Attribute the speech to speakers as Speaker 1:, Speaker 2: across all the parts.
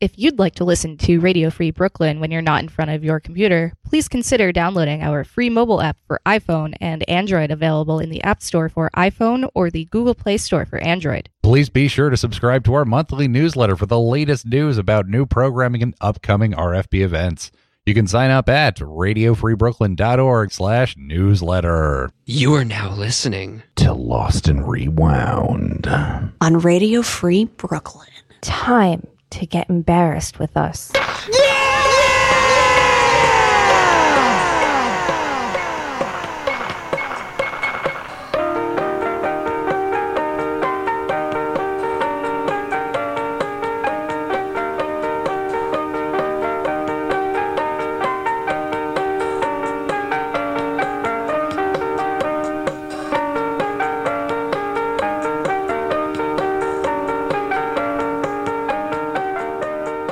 Speaker 1: If you'd like to listen to Radio Free Brooklyn when you're not in front of your computer, please consider downloading our free mobile app for iPhone and Android available in the App Store for iPhone or the Google Play Store for Android.
Speaker 2: Please be sure to subscribe to our monthly newsletter for the latest news about new programming and upcoming RFB events. You can sign up at radiofreebrooklyn.org slash newsletter.
Speaker 3: You are now listening.
Speaker 2: To Lost and Rewound.
Speaker 4: on Radio Free Brooklyn.
Speaker 5: Time to get embarrassed with us.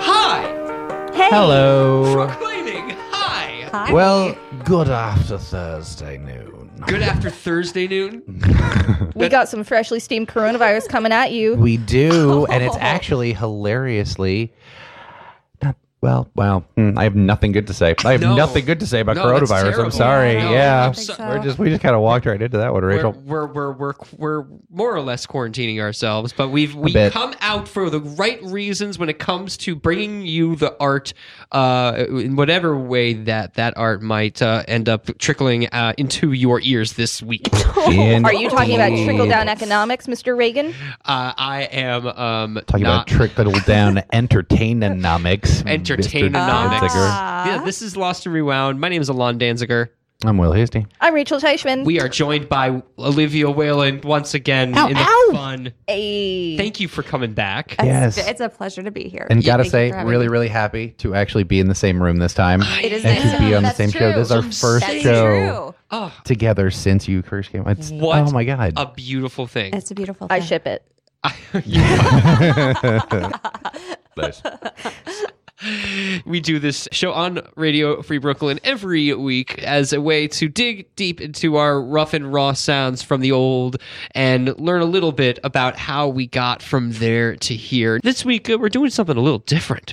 Speaker 3: Hi!
Speaker 5: Hey,
Speaker 2: Hello.
Speaker 3: Proclaiming hi!
Speaker 2: Well, good after Thursday noon.
Speaker 3: Good after Thursday
Speaker 2: Mm-hmm.
Speaker 3: noon.
Speaker 6: We got some freshly steamed coronavirus coming at you.
Speaker 2: We do, and it's actually hilariously not well. Well, mm, I have nothing good to say. I have
Speaker 3: No.
Speaker 2: nothing good to say about
Speaker 3: No, that's
Speaker 2: coronavirus. I'm
Speaker 3: terrible.
Speaker 2: sorry.
Speaker 3: No,
Speaker 2: yeah,
Speaker 3: I'm so-
Speaker 2: we're just we just kind of walked right into that one,
Speaker 3: We're,
Speaker 2: Rachel.
Speaker 3: we're, we're, we're, we're more or less quarantining ourselves, but we've we
Speaker 2: bit.
Speaker 3: come out for the right reasons when it comes to bringing you the art, uh, in whatever way that that art might uh, end up trickling uh, into your ears this week. Uh,
Speaker 6: Are you talking about
Speaker 2: Indeed.
Speaker 6: trickle down economics, Mr. Reagan?
Speaker 3: Uh, I am um,
Speaker 2: Talking about
Speaker 3: not
Speaker 2: trickle down entertainomics. Mr.
Speaker 3: Entertainomics.
Speaker 2: Danziger.
Speaker 3: Yeah, this is Lost and Rewound. My name is Alon Danziger.
Speaker 2: I'm Will Hasty.
Speaker 6: I'm Rachel Teichman.
Speaker 3: We are joined by Olivia Whalen once again in the fun.
Speaker 6: Ayy.
Speaker 3: Thank you for coming back.
Speaker 7: Uh,
Speaker 2: Yes.
Speaker 8: It's a pleasure to be here.
Speaker 2: And gotta
Speaker 8: Thank you
Speaker 2: say,
Speaker 8: for having
Speaker 2: really,
Speaker 8: me.
Speaker 2: really happy to actually be in the same room this time
Speaker 8: It is
Speaker 2: and
Speaker 8: nice
Speaker 2: to be on the
Speaker 8: That's
Speaker 2: same show. This is our
Speaker 3: That's
Speaker 2: first
Speaker 8: That's
Speaker 2: show
Speaker 8: true.
Speaker 3: Oh,
Speaker 2: together since you first came. It's,
Speaker 3: What
Speaker 2: Oh my god!
Speaker 3: a beautiful thing.
Speaker 8: It's a beautiful
Speaker 6: I
Speaker 8: thing.
Speaker 6: ship it.
Speaker 2: Nice.
Speaker 3: We do this show on Radio Free Brooklyn every week as a way to dig deep into our rough and raw sounds from the old and learn a little bit about how we got from there to here. This week, uh, we're doing something a little different.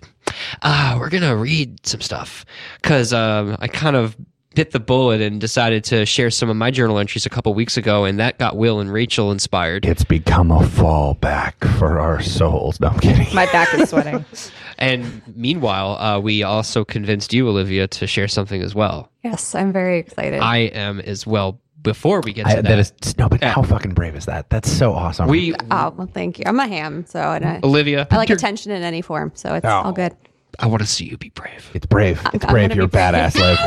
Speaker 3: Uh, we're going to read some stuff because um, I kind of bit the bullet and decided to share some of my journal entries a couple weeks ago, and that got Will and Rachel inspired.
Speaker 2: It's become a fallback for our souls. No, I'm kidding.
Speaker 1: My back is sweating.
Speaker 3: And meanwhile, uh, we also convinced you, Olivia, to share something as well.
Speaker 8: Yes, I'm very excited.
Speaker 3: I am as well. Before we get to
Speaker 2: I,
Speaker 3: that,
Speaker 2: that is no, but how fucking brave is that? That's so awesome.
Speaker 3: we
Speaker 8: oh, well, thank you. I'm a ham, so I, don't-
Speaker 3: Olivia.
Speaker 8: I like attention in any form, so it's all good.
Speaker 3: I want to see you be brave.
Speaker 2: it's brave. It's
Speaker 8: I'm
Speaker 2: brave.
Speaker 8: gonna
Speaker 2: You're a
Speaker 8: be brave.
Speaker 2: badass. Liv.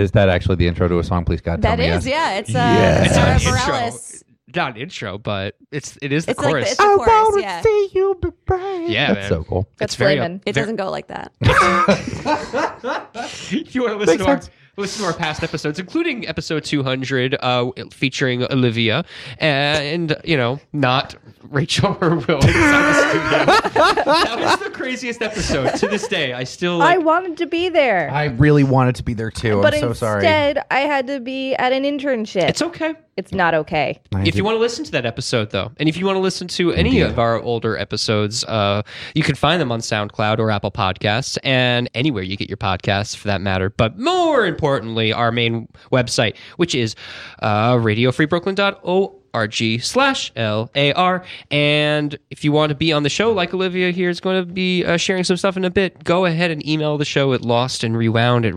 Speaker 2: Is that actually the intro to a song? Please, God,
Speaker 8: That
Speaker 2: tell me
Speaker 8: is,
Speaker 2: yes.
Speaker 8: yeah. It's, uh,
Speaker 2: Yes.
Speaker 8: it's Sarah
Speaker 2: It's
Speaker 3: an intro.
Speaker 8: Bareilles.
Speaker 3: Not intro, but it's it is the
Speaker 8: It's like the-
Speaker 3: chorus.
Speaker 8: it's the chorus, yeah.
Speaker 2: see you be brave.
Speaker 3: yeah,
Speaker 2: That's
Speaker 3: man.
Speaker 2: so cool.
Speaker 6: That's
Speaker 3: very-
Speaker 6: Raymond.
Speaker 8: It
Speaker 3: Ver-
Speaker 8: doesn't go like that.
Speaker 3: If you want to listen
Speaker 2: Makes
Speaker 3: to our
Speaker 2: sense.
Speaker 3: listen to our past episodes, including episode 200, uh, featuring Olivia, and you know, not Rachel or Will. that was the craziest episode to this day. I still
Speaker 6: I
Speaker 3: like,
Speaker 6: wanted to be there.
Speaker 2: I really wanted to be there too.
Speaker 6: but
Speaker 2: I'm so sorry.
Speaker 6: instead, I had to be at an internship.
Speaker 3: it's okay.
Speaker 6: It's not okay.
Speaker 3: if you want to listen to that episode though and if you want to listen to any of our older episodes uh, you can find them on soundcloud or apple podcasts and anywhere you get your podcasts for that matter but more importantly our main website which is uh, radiofreebrooklyn.org slash l-a-r and if you want to be on the show like olivia here is going to be uh, sharing some stuff in a bit go ahead and email the show at lost and rewound at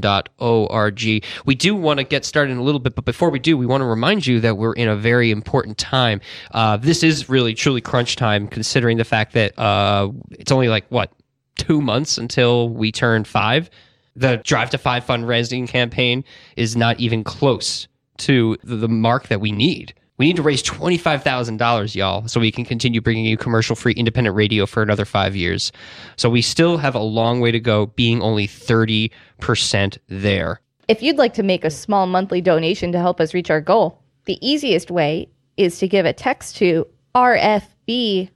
Speaker 3: radiofreebrooklyn.org we do want to get started in a little bit but before we do we want to remind you that we're in a very important time uh, this is really truly crunch time considering the fact that uh, it's only like what two months until we turn five the drive to five fundraising campaign is not even close to the, the mark that we need. We need to raise $25,000, y'all, so we can continue bringing you commercial free independent radio for another five years. So we still have a long way to go, being only 30% there.
Speaker 6: If you'd like to make a small monthly donation to help us reach our goal, the easiest way is to give a text to RFBGIVE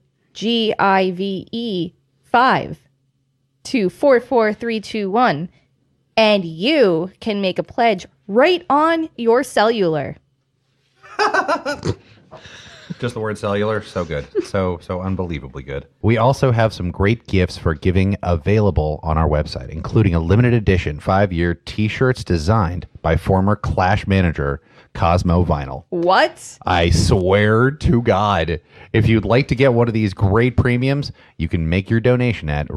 Speaker 6: 5 to 44321 and you can make a pledge right on your cellular.
Speaker 2: Just the word cellular, so good. So so unbelievably good.
Speaker 7: We also have some great gifts for giving available on our website, including a limited edition five year t shirts designed by former Clash manager Cosmo Vinyl.
Speaker 6: What?
Speaker 7: I swear to God, if you'd like to get one of these great premiums, you can make your donation at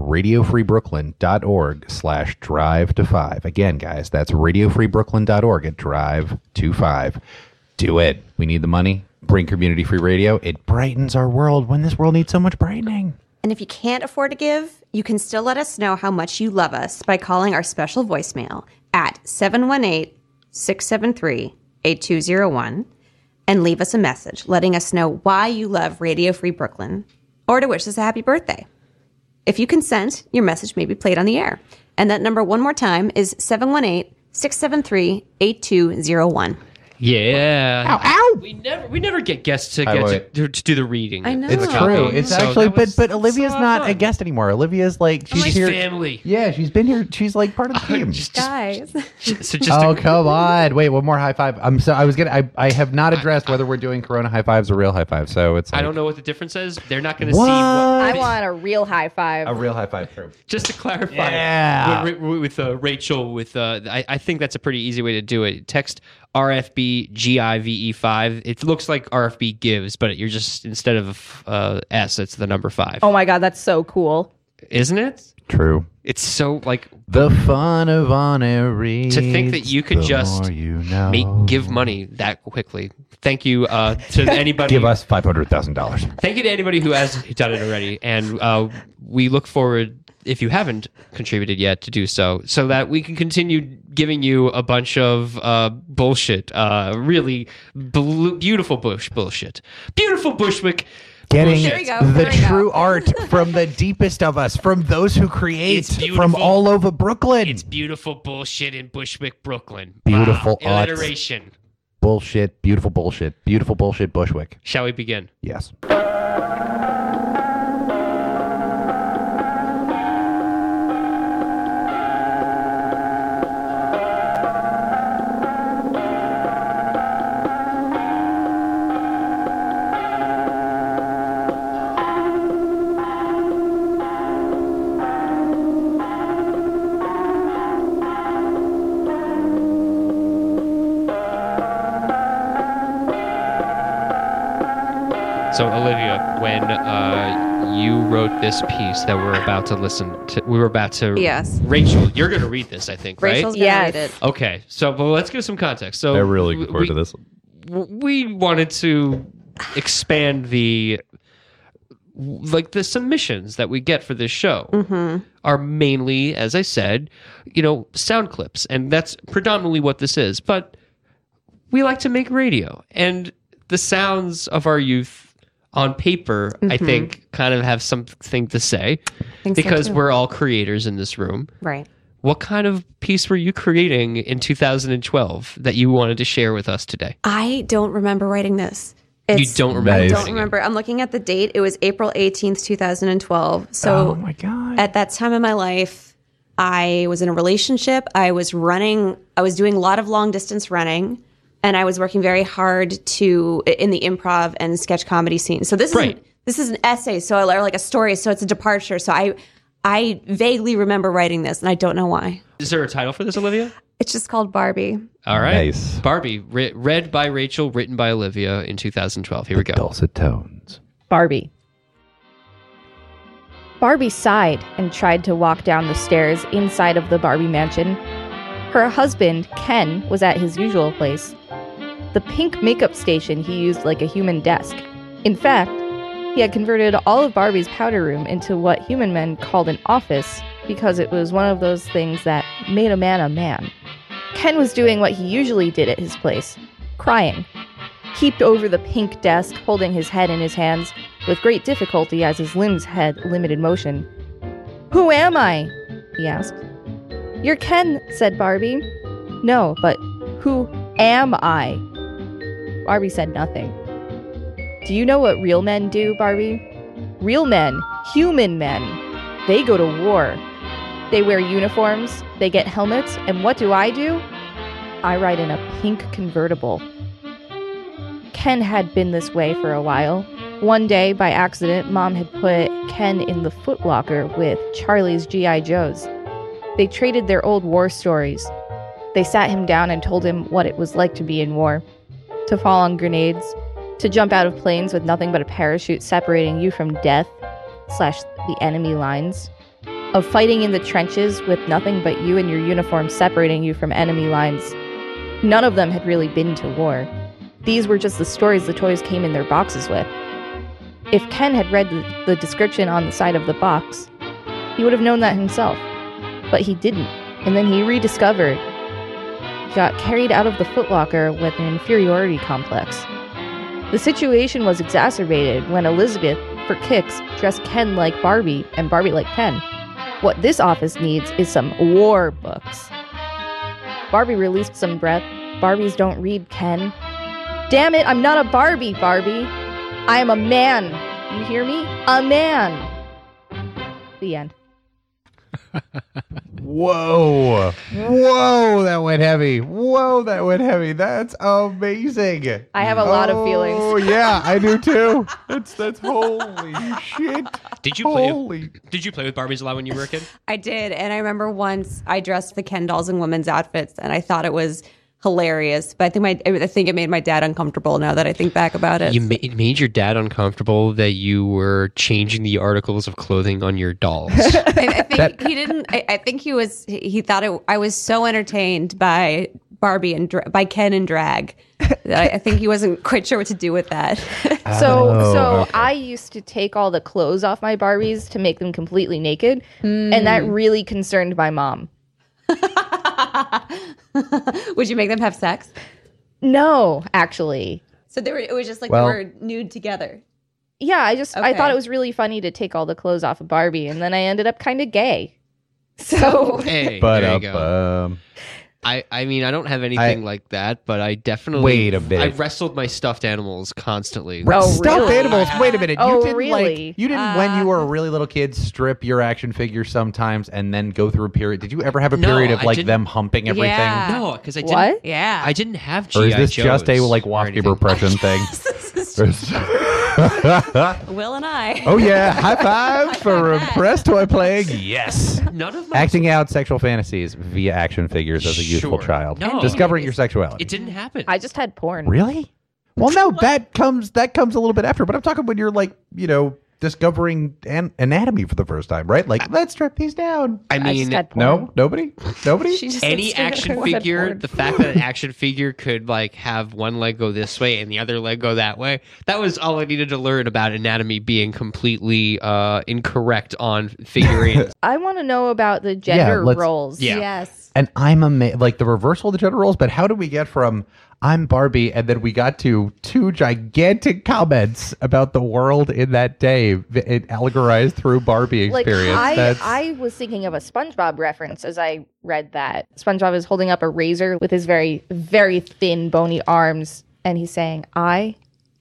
Speaker 7: radiofreebrooklyn.org slash drive to five. Again, guys, that's radiofreebrooklyn.org at drive to five. Do it. We need the money. Bring community free radio. It brightens our world when this world needs so much brightening.
Speaker 8: And if you can't afford to give, you can still let us know how much you love us by calling our special voicemail at 718 673 8201 and leave us a message letting us know why you love Radio Free Brooklyn or to wish us a happy birthday. If you consent, your message may be played on the air. And that number, one more time, is 718 673 8201.
Speaker 3: Yeah. Ow, ow. We never we never get guests to get to,
Speaker 7: wait.
Speaker 3: to, to do the reading. I
Speaker 8: know.
Speaker 7: It's
Speaker 8: Oh.
Speaker 7: true. It's
Speaker 3: So
Speaker 7: actually,
Speaker 3: that
Speaker 7: but
Speaker 3: was
Speaker 7: but Olivia's
Speaker 3: so
Speaker 7: not a
Speaker 3: fun.
Speaker 7: guest anymore. Olivia's like she's
Speaker 3: She's
Speaker 7: here.
Speaker 3: family.
Speaker 7: Yeah, she's been here. She's like part of the team.
Speaker 8: Guys.
Speaker 3: So just
Speaker 7: Oh
Speaker 3: a-
Speaker 7: come on! Wait, one more high five. I'm so I was gonna. I, I have not addressed whether we're doing Corona high fives or real high fives. So it's.
Speaker 3: I
Speaker 7: like-
Speaker 3: don't know what the difference is. They're not going to see.
Speaker 7: What?
Speaker 3: What,
Speaker 7: I
Speaker 6: I want a real high five.
Speaker 7: A real high five. True.
Speaker 3: Just to clarify,
Speaker 7: Yeah.
Speaker 3: with, with- with, uh, Rachel, with uh, I, I think that's a pretty easy way to do it. Text RFB GIVE E five. It looks like RFB gives, but you're just instead of uh, S, it's the number five,
Speaker 6: oh my god, that's so cool.
Speaker 3: isn't it?
Speaker 7: True.
Speaker 3: It's so like
Speaker 7: The fun of honorary.
Speaker 3: to think that you could just make
Speaker 7: Oh.
Speaker 3: give money that quickly. Thank you uh, to anybody.
Speaker 7: give us five hundred thousand dollars.
Speaker 3: Thank you to anybody who has done it already, and uh, we look forward if you haven't contributed yet to do so, so that we can continue giving you a bunch of uh, bullshit, uh, really blu- beautiful bush bullshit, beautiful Bushwick.
Speaker 7: Getting
Speaker 3: bullshit.
Speaker 8: we go, there
Speaker 7: the
Speaker 8: we go.
Speaker 7: true art from the deepest of us, from those who create,
Speaker 3: It's
Speaker 7: from
Speaker 3: beautiful.
Speaker 7: all over Brooklyn.
Speaker 3: It's beautiful bullshit in Bushwick, Brooklyn.
Speaker 7: Beautiful
Speaker 3: wow.
Speaker 7: arts.
Speaker 3: alliteration.
Speaker 7: bullshit, beautiful bullshit, beautiful bullshit, Bushwick.
Speaker 3: Shall we begin?
Speaker 7: Yes.
Speaker 3: Oh, So, Olivia, when uh, you wrote this piece that we're about to listen to, we were about to.
Speaker 8: Yes.
Speaker 3: Rachel, you're going to read this, I think, right?
Speaker 8: Rachel's going to
Speaker 6: Yes.
Speaker 8: read it.
Speaker 3: Okay, so well, let's give some context. So w- we,
Speaker 2: this.
Speaker 3: w- We wanted to expand the like the submissions that we get for this show
Speaker 8: Mm-hmm.
Speaker 3: are mainly, as I said, you know, sound clips, and that's predominantly what this is. But we like to make radio, and the sounds of our youth on paper, I think, kind of have something to say
Speaker 8: Mm-hmm. Think so,
Speaker 3: because
Speaker 8: too.
Speaker 3: we're all creators in this room
Speaker 8: Right.
Speaker 3: what kind of piece were you creating in 2012 that you wanted to share with us today?
Speaker 8: I don't remember writing this. It's,
Speaker 3: you don't remember.
Speaker 8: I
Speaker 2: Nice.
Speaker 8: don't
Speaker 3: writing it.
Speaker 8: remember. I'm looking at the date. It was April 18th, 2012. So
Speaker 7: god.
Speaker 8: at that time in my life, I was in a relationship. I was running, I was doing a lot of long distance running, and I was working very hard to in the improv and sketch comedy scene. So this
Speaker 3: Right.
Speaker 8: is this is an essay, so or like a story, so it's a departure. So I I vaguely remember writing this, and I don't know why.
Speaker 3: Is there a title for this, Olivia?
Speaker 8: It's just called Barbie.
Speaker 3: All right.
Speaker 7: Nice.
Speaker 3: Barbie, ri- read by Rachel, written by Olivia in 2012. Here we go.
Speaker 7: Dulcet tones.
Speaker 6: Barbie. Barbie sighed and tried to walk down the stairs inside of the Barbie mansion. Her husband, Ken, was at his usual place the pink makeup station he used like a human desk. In fact, he had converted all of Barbie's powder room into what human men called an office because it was one of those things that made a man a man. Ken was doing what he usually did at his place crying heaped over the pink desk, holding his head in his hands with great difficulty as his limbs had limited motion. Who am I? he asked. You're Ken, said Barbie. No, but who am I? Barbie said nothing. Do you know what real men do, Barbie? Real men, human men, they go to war. They wear uniforms, they get helmets, and what do I do? I ride in a pink convertible. Ken had been this way for a while. One day, by accident, Mom had put Ken in the footlocker with Charlie's G.I. Joes. They traded their old war stories. They sat him down and told him what it was like to be in war to fall on grenades, to jump out of planes with nothing but a parachute separating you from death slash the enemy lines, of fighting in the trenches with nothing but you and your uniform separating you from enemy lines. None of them had really been to war. These were just the stories the toys came in their boxes with. If Ken had read the, the description on the side of the box, he would have known that himself. But he didn't, and then he rediscovered. He got carried out of the footlocker with an inferiority complex. The situation was exacerbated when Elizabeth, for kicks, dressed Ken like Barbie and Barbie like Ken. What this office needs is some war books. Barbie released some breath. Barbies don't read Ken. Damn it, I'm not a Barbie, Barbie. I am a man. You hear me? A man. The end.
Speaker 7: Whoa. Whoa, that went heavy. Whoa, that went heavy. That's amazing.
Speaker 6: I have a lot of feelings.
Speaker 7: Oh, yeah, I do too. That's that's holy shit.
Speaker 3: Did you play?
Speaker 8: Oh.
Speaker 7: Holy.
Speaker 3: Did you play with Barbies a lot when you were a kid?
Speaker 8: I did. And I remember once I dressed the Ken dolls in women's outfits and I thought it was hilarious. But I think my I think it made my dad uncomfortable now that I think back about it.
Speaker 3: You ma- it made your dad uncomfortable that you were changing the articles of clothing on your dolls.
Speaker 8: I, I think he didn't I, I think he was he he thought it I was so entertained by Barbie and dra- by Ken and drag. that I, I think he wasn't quite sure what to do with that.
Speaker 6: So
Speaker 7: Oh,
Speaker 6: so
Speaker 7: okay.
Speaker 6: I used to take all the clothes off my Barbies to make them completely naked, and that really concerned my mom.
Speaker 8: Would you make them have sex?
Speaker 6: No, actually.
Speaker 8: So they were it was just like
Speaker 7: Well-
Speaker 8: they were nude together.
Speaker 6: Yeah, I just I
Speaker 8: Okay.
Speaker 6: thought it was really funny to take all the clothes off of Barbie and then I ended up kind of gay. So
Speaker 3: hey,
Speaker 7: But
Speaker 3: there you
Speaker 7: up,
Speaker 3: go.
Speaker 7: um,
Speaker 3: I, I mean, I don't have anything like that, but I definitely
Speaker 7: Wait a minute.
Speaker 3: I wrestled my stuffed animals constantly.
Speaker 6: Oh,
Speaker 7: Stuffed
Speaker 6: really?
Speaker 7: animals. Wait a minute.
Speaker 6: Oh,
Speaker 7: you didn't
Speaker 6: really?
Speaker 7: like you didn't when you were a really little kid strip your action figure sometimes and then go through a period. Did you ever have a
Speaker 3: No,
Speaker 7: period
Speaker 3: I
Speaker 7: of like
Speaker 3: didn't-
Speaker 7: them humping everything?
Speaker 8: Yeah.
Speaker 3: No, because I didn't.
Speaker 6: what?
Speaker 8: Yeah.
Speaker 3: I didn't have. GI
Speaker 7: Or is this just a
Speaker 3: Joes
Speaker 7: like
Speaker 3: or
Speaker 7: Waspy
Speaker 3: anything.
Speaker 7: repression thing?
Speaker 8: Will and I.
Speaker 7: oh yeah, high five for repressed toy playing. Yes.
Speaker 3: None of my.
Speaker 7: Acting out sexual fantasies via action figures as a youthful
Speaker 3: Sure.
Speaker 7: child.
Speaker 3: No.
Speaker 7: Discovering your sexuality.
Speaker 3: It didn't happen.
Speaker 6: I just had porn.
Speaker 7: Really? Well, no, that comes that comes a little bit after. But I'm talking when you're like, you know, discovering an- anatomy for the first time, right? Like, let's strip these down.
Speaker 3: I
Speaker 6: I
Speaker 3: mean,
Speaker 6: just had porn.
Speaker 7: No, nobody, nobody.
Speaker 6: just
Speaker 3: any action figure, the fact that an action figure could like have one leg go this way and the other leg go that way, that was all I needed to learn about anatomy being completely uh, incorrect on figurines.
Speaker 6: I want to know about the gender
Speaker 7: let's-
Speaker 6: roles.
Speaker 3: Yeah.
Speaker 8: Yes.
Speaker 7: and I'm a ma- like the reversal of the gender roles. But how do we get from I'm Barbie, and then we got to two gigantic comments about the world in that day, v- it allegorized through Barbie
Speaker 6: Like
Speaker 7: experience.
Speaker 6: I,
Speaker 7: That's-
Speaker 6: I was thinking of a SpongeBob reference as I read that. SpongeBob is holding up a razor with his very very thin bony arms and he's saying, "I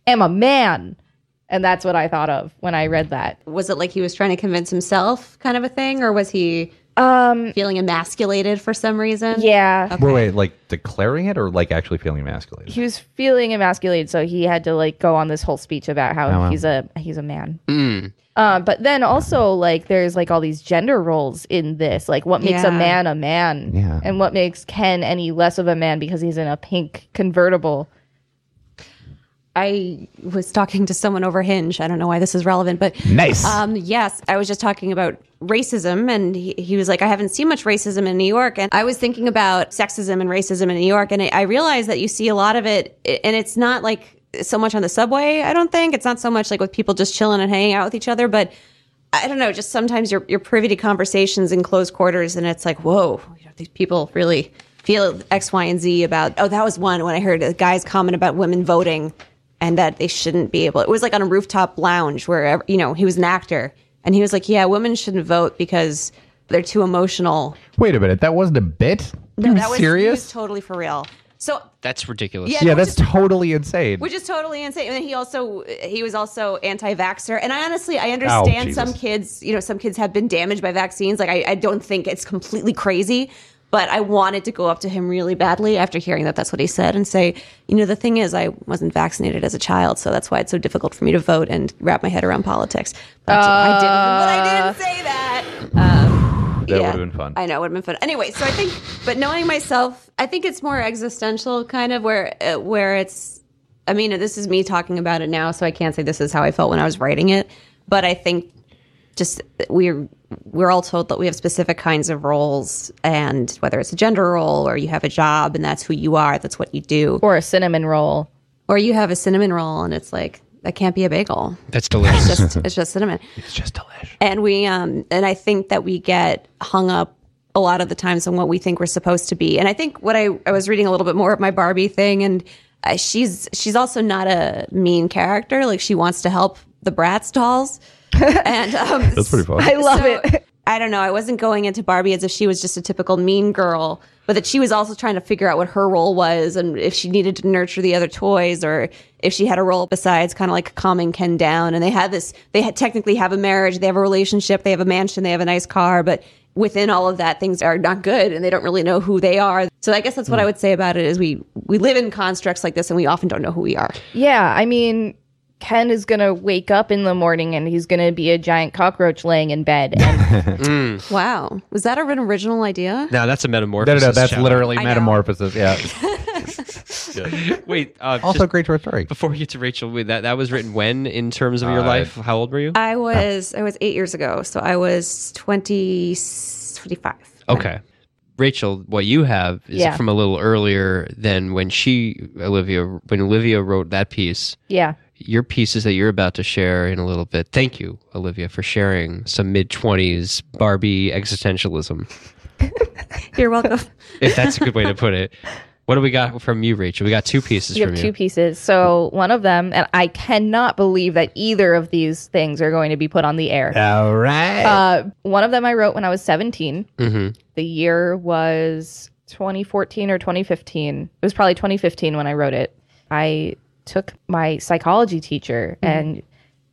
Speaker 6: am a man." And that's what I thought of when I read that.
Speaker 8: Was it like he was trying to convince himself kind of a thing or was he um feeling emasculated for some reason?
Speaker 6: Yeah.
Speaker 7: Wait, wait, like declaring it or like actually feeling emasculated?
Speaker 6: he was feeling emasculated, so he had to like go on this whole speech about how
Speaker 7: Oh, wow.
Speaker 6: he's a he's a man. Uh, but then also like there's like all these gender roles in this, like what makes a
Speaker 8: Yeah.
Speaker 6: man a man,
Speaker 7: Yeah.
Speaker 6: and what makes Ken any less of a man because he's in a pink convertible.
Speaker 8: I was talking to someone over Hinge. I don't know why this is relevant, but
Speaker 7: Nice.
Speaker 8: Um, yes, I was just talking about racism, and he, he was like, I haven't seen much racism in New York. And I was thinking about sexism and racism in New York, and I, I realized that you see a lot of it, i- and it's not like so much on the subway, I don't think. It's not so much like with people just chilling and hanging out with each other, but I don't know, just sometimes you're, you're privy to conversations in close quarters, and it's like, whoa, you know, these people really feel X, Y, and Z about, oh, that was one when I heard a guy's comment about women voting and that they shouldn't be able. It was like on a rooftop lounge where you know he was an actor, and he was like, "Yeah, women shouldn't vote because they're too emotional."
Speaker 7: Wait a minute, that wasn't a bit. you
Speaker 8: that was, he
Speaker 7: serious?
Speaker 8: was totally for real. So
Speaker 3: That's ridiculous.
Speaker 8: Yeah.
Speaker 7: yeah,
Speaker 8: which
Speaker 7: that's totally insane.
Speaker 8: which is totally insane. And then he also he was also anti-vaxxer. And I honestly I understand
Speaker 7: Jesus.
Speaker 8: some kids, you know, some kids have been damaged by vaccines. Like I, I don't think it's completely crazy. But I wanted to go up to him really badly after hearing that that's what he said and say, you know, the thing is, I wasn't vaccinated as a child, so that's why it's so difficult for me to vote and wrap my head around politics. But I, didn't, but I didn't say that. Um,
Speaker 7: That would've been fun.
Speaker 8: I know, it would have been fun. Anyway, so I think, but knowing myself, I think it's more existential, kind of where uh, where it's. I mean, this is me talking about it now, so I can't say this is how I felt when I was writing it. But I think just we're we're all told that we have specific kinds of roles, and whether it's a gender role or you have a job and that's who you are, that's what you do,
Speaker 6: or a cinnamon roll.
Speaker 8: or you have a cinnamon roll and it's like that can't be a bagel.
Speaker 3: That's delicious.
Speaker 8: It's just it's just cinnamon.
Speaker 7: It's just delish.
Speaker 8: And we um and I think that we get hung up a lot of the times on what we think we're supposed to be. And I think what I, I was reading a little bit more of my Barbie thing and uh, she's she's also not a mean character. Like she wants to help the Bratz dolls. and um,
Speaker 7: That's pretty fun.
Speaker 6: I love
Speaker 8: so,
Speaker 6: it.
Speaker 8: I don't know. I wasn't going into Barbie as if she was just a typical mean girl, but that she was also trying to figure out what her role was and if she needed to nurture the other toys or if she had a role besides kind of like calming Ken down. And they had this, they had technically have a marriage, they have a relationship, they have a mansion, they have a nice car, but within all of that, things are not good and they don't really know who they are. So I guess that's what I would say about it is we, we live in constructs like this and we often don't know who we are.
Speaker 6: Yeah, I mean, Ken is gonna wake up in the morning and he's gonna be a giant cockroach laying in bed. And
Speaker 8: Wow. Was that an original idea?
Speaker 3: Now that's a
Speaker 7: No, no,
Speaker 3: metamorphosis.
Speaker 7: no. That's
Speaker 3: shout out.
Speaker 7: literally metamorphosis. Yeah.
Speaker 3: Wait. Uh,
Speaker 7: also,
Speaker 3: just
Speaker 7: great short story.
Speaker 3: before we get to Rachel, wait, that that was written when in terms of your
Speaker 7: Uh,
Speaker 3: life? How old were you?
Speaker 8: I was I was eight years ago, so I was 20, 25.
Speaker 3: Okay. Rachel, what you have is
Speaker 6: Yeah.
Speaker 3: from a little earlier than when she Olivia when Olivia wrote that piece.
Speaker 6: yeah,
Speaker 3: Your pieces that you're about to share in a little bit. Thank you, Olivia, for sharing some mid twenties Barbie existentialism,
Speaker 8: You're welcome.
Speaker 3: if that's a good way to put it. What do we got from you, Rachel? We got two pieces
Speaker 6: you
Speaker 3: from
Speaker 6: have two
Speaker 3: you.
Speaker 6: pieces. So one of them, and I cannot believe that either of these things are going to be put on the air.
Speaker 7: All right.
Speaker 6: Uh, one of them I wrote when I was 17.
Speaker 3: hmm
Speaker 6: The year was 2014 or 2015. It was probably 2015 when I wrote it. I took my psychology teacher and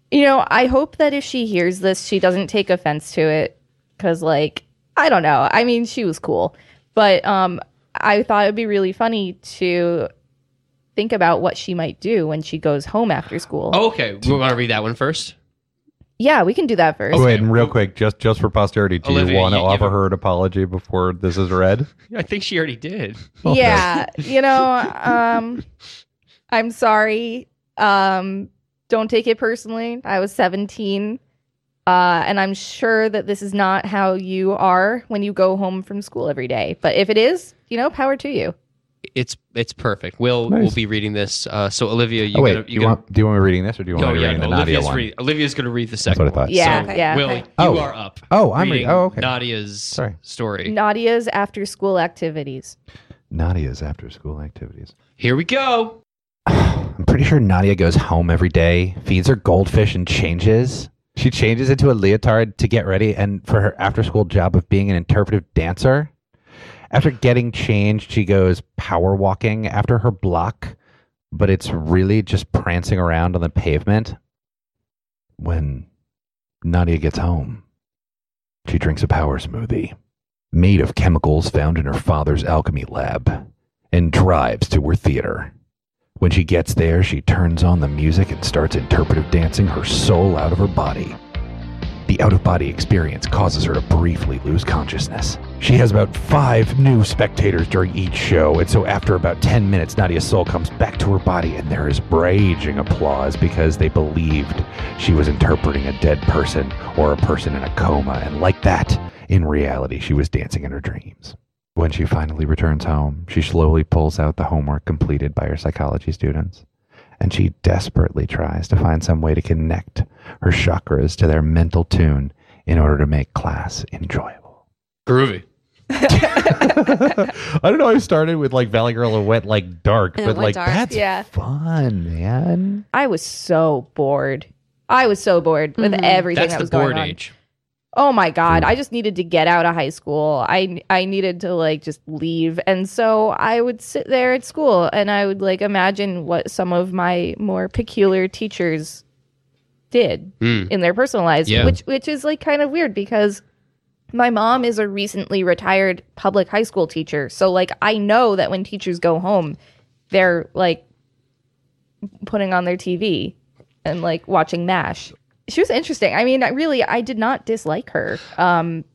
Speaker 6: you know, I hope that if she hears this, she doesn't take offense to it cuz like I don't know. I mean, she was cool. But um I thought it would be really funny to think about what she might do when she goes home after school.
Speaker 3: Oh, Okay, we want to read that one first.
Speaker 6: Yeah, we can do that first.
Speaker 7: Go ahead and real quick, just just for posterity, do
Speaker 3: Olivia,
Speaker 7: you want to
Speaker 3: you- you
Speaker 7: offer
Speaker 3: have a-
Speaker 7: her an apology before this is read?
Speaker 3: I think she already did.
Speaker 6: yeah you know um i'm sorry um don't take it personally i was 17 uh and i'm sure that this is not how you are when you go home from school every day but if it is you know power to you
Speaker 3: It's it's perfect. We'll
Speaker 7: Nice.
Speaker 3: we'll be reading this. Uh, so Olivia, you
Speaker 7: oh wait,
Speaker 3: gotta,
Speaker 7: you,
Speaker 3: gotta-
Speaker 7: want? Do you want me reading this, or do you want
Speaker 3: Oh
Speaker 7: me
Speaker 3: yeah,
Speaker 7: reading
Speaker 3: no,
Speaker 7: the Nadia
Speaker 3: Olivia's
Speaker 7: one?
Speaker 3: read, Olivia's going to read the second
Speaker 7: what I
Speaker 3: one.
Speaker 7: thought.
Speaker 6: yeah
Speaker 8: So-
Speaker 6: yeah
Speaker 3: Will, you
Speaker 7: Oh.
Speaker 3: are up.
Speaker 7: Oh, I'm
Speaker 3: reading
Speaker 7: reading- oh, okay.
Speaker 3: Nadia's
Speaker 7: Sorry.
Speaker 3: story.
Speaker 6: nadia's after school activities
Speaker 7: Nadia's after-school activities.
Speaker 3: Here we go.
Speaker 7: I'm pretty sure Nadia goes home every day, feeds her goldfish, and changes. She changes into a leotard to get ready and for her after-school job of being an interpretive dancer. After getting changed, she goes power walking after her block, but it's really just prancing around on the pavement. When Nadia gets home, she drinks a power smoothie made of chemicals found in her father's alchemy lab and drives to her theater. When she gets there, she turns on the music and starts interpretive dancing her soul out of her body. The out of body experience causes her to briefly lose consciousness. She has about five new spectators during each show, and so after about 10 minutes, Nadia's soul comes back to her body, and there is raging applause because they believed she was interpreting a dead person or a person in a coma, and like that, in reality, she was dancing in her dreams. When she finally returns home, she slowly pulls out the homework completed by her psychology students, and she desperately tries to find some way to connect her chakras to their mental tune in order to make class enjoyable.
Speaker 3: Groovy.
Speaker 7: I don't know. I started with like Valley Girl and went like dark,
Speaker 8: And it went dark,
Speaker 6: yeah
Speaker 7: fun, man.
Speaker 6: i was so bored i was so bored with everything
Speaker 3: That's
Speaker 6: that
Speaker 3: the
Speaker 6: was going
Speaker 3: board
Speaker 6: on
Speaker 3: age.
Speaker 6: Oh my god, I just needed to get out of high school. I I needed to like just leave. And so I would sit there at school and I would like imagine what some of my more peculiar teachers did
Speaker 3: Mm.
Speaker 6: in their personal lives,
Speaker 3: Yeah.
Speaker 6: which which is like kind of weird because My mom is a recently retired public high school teacher. So, like, I know that when teachers go home, they're like putting on their TV and like watching MASH. She was interesting. I mean, I really, I did not dislike her. Um,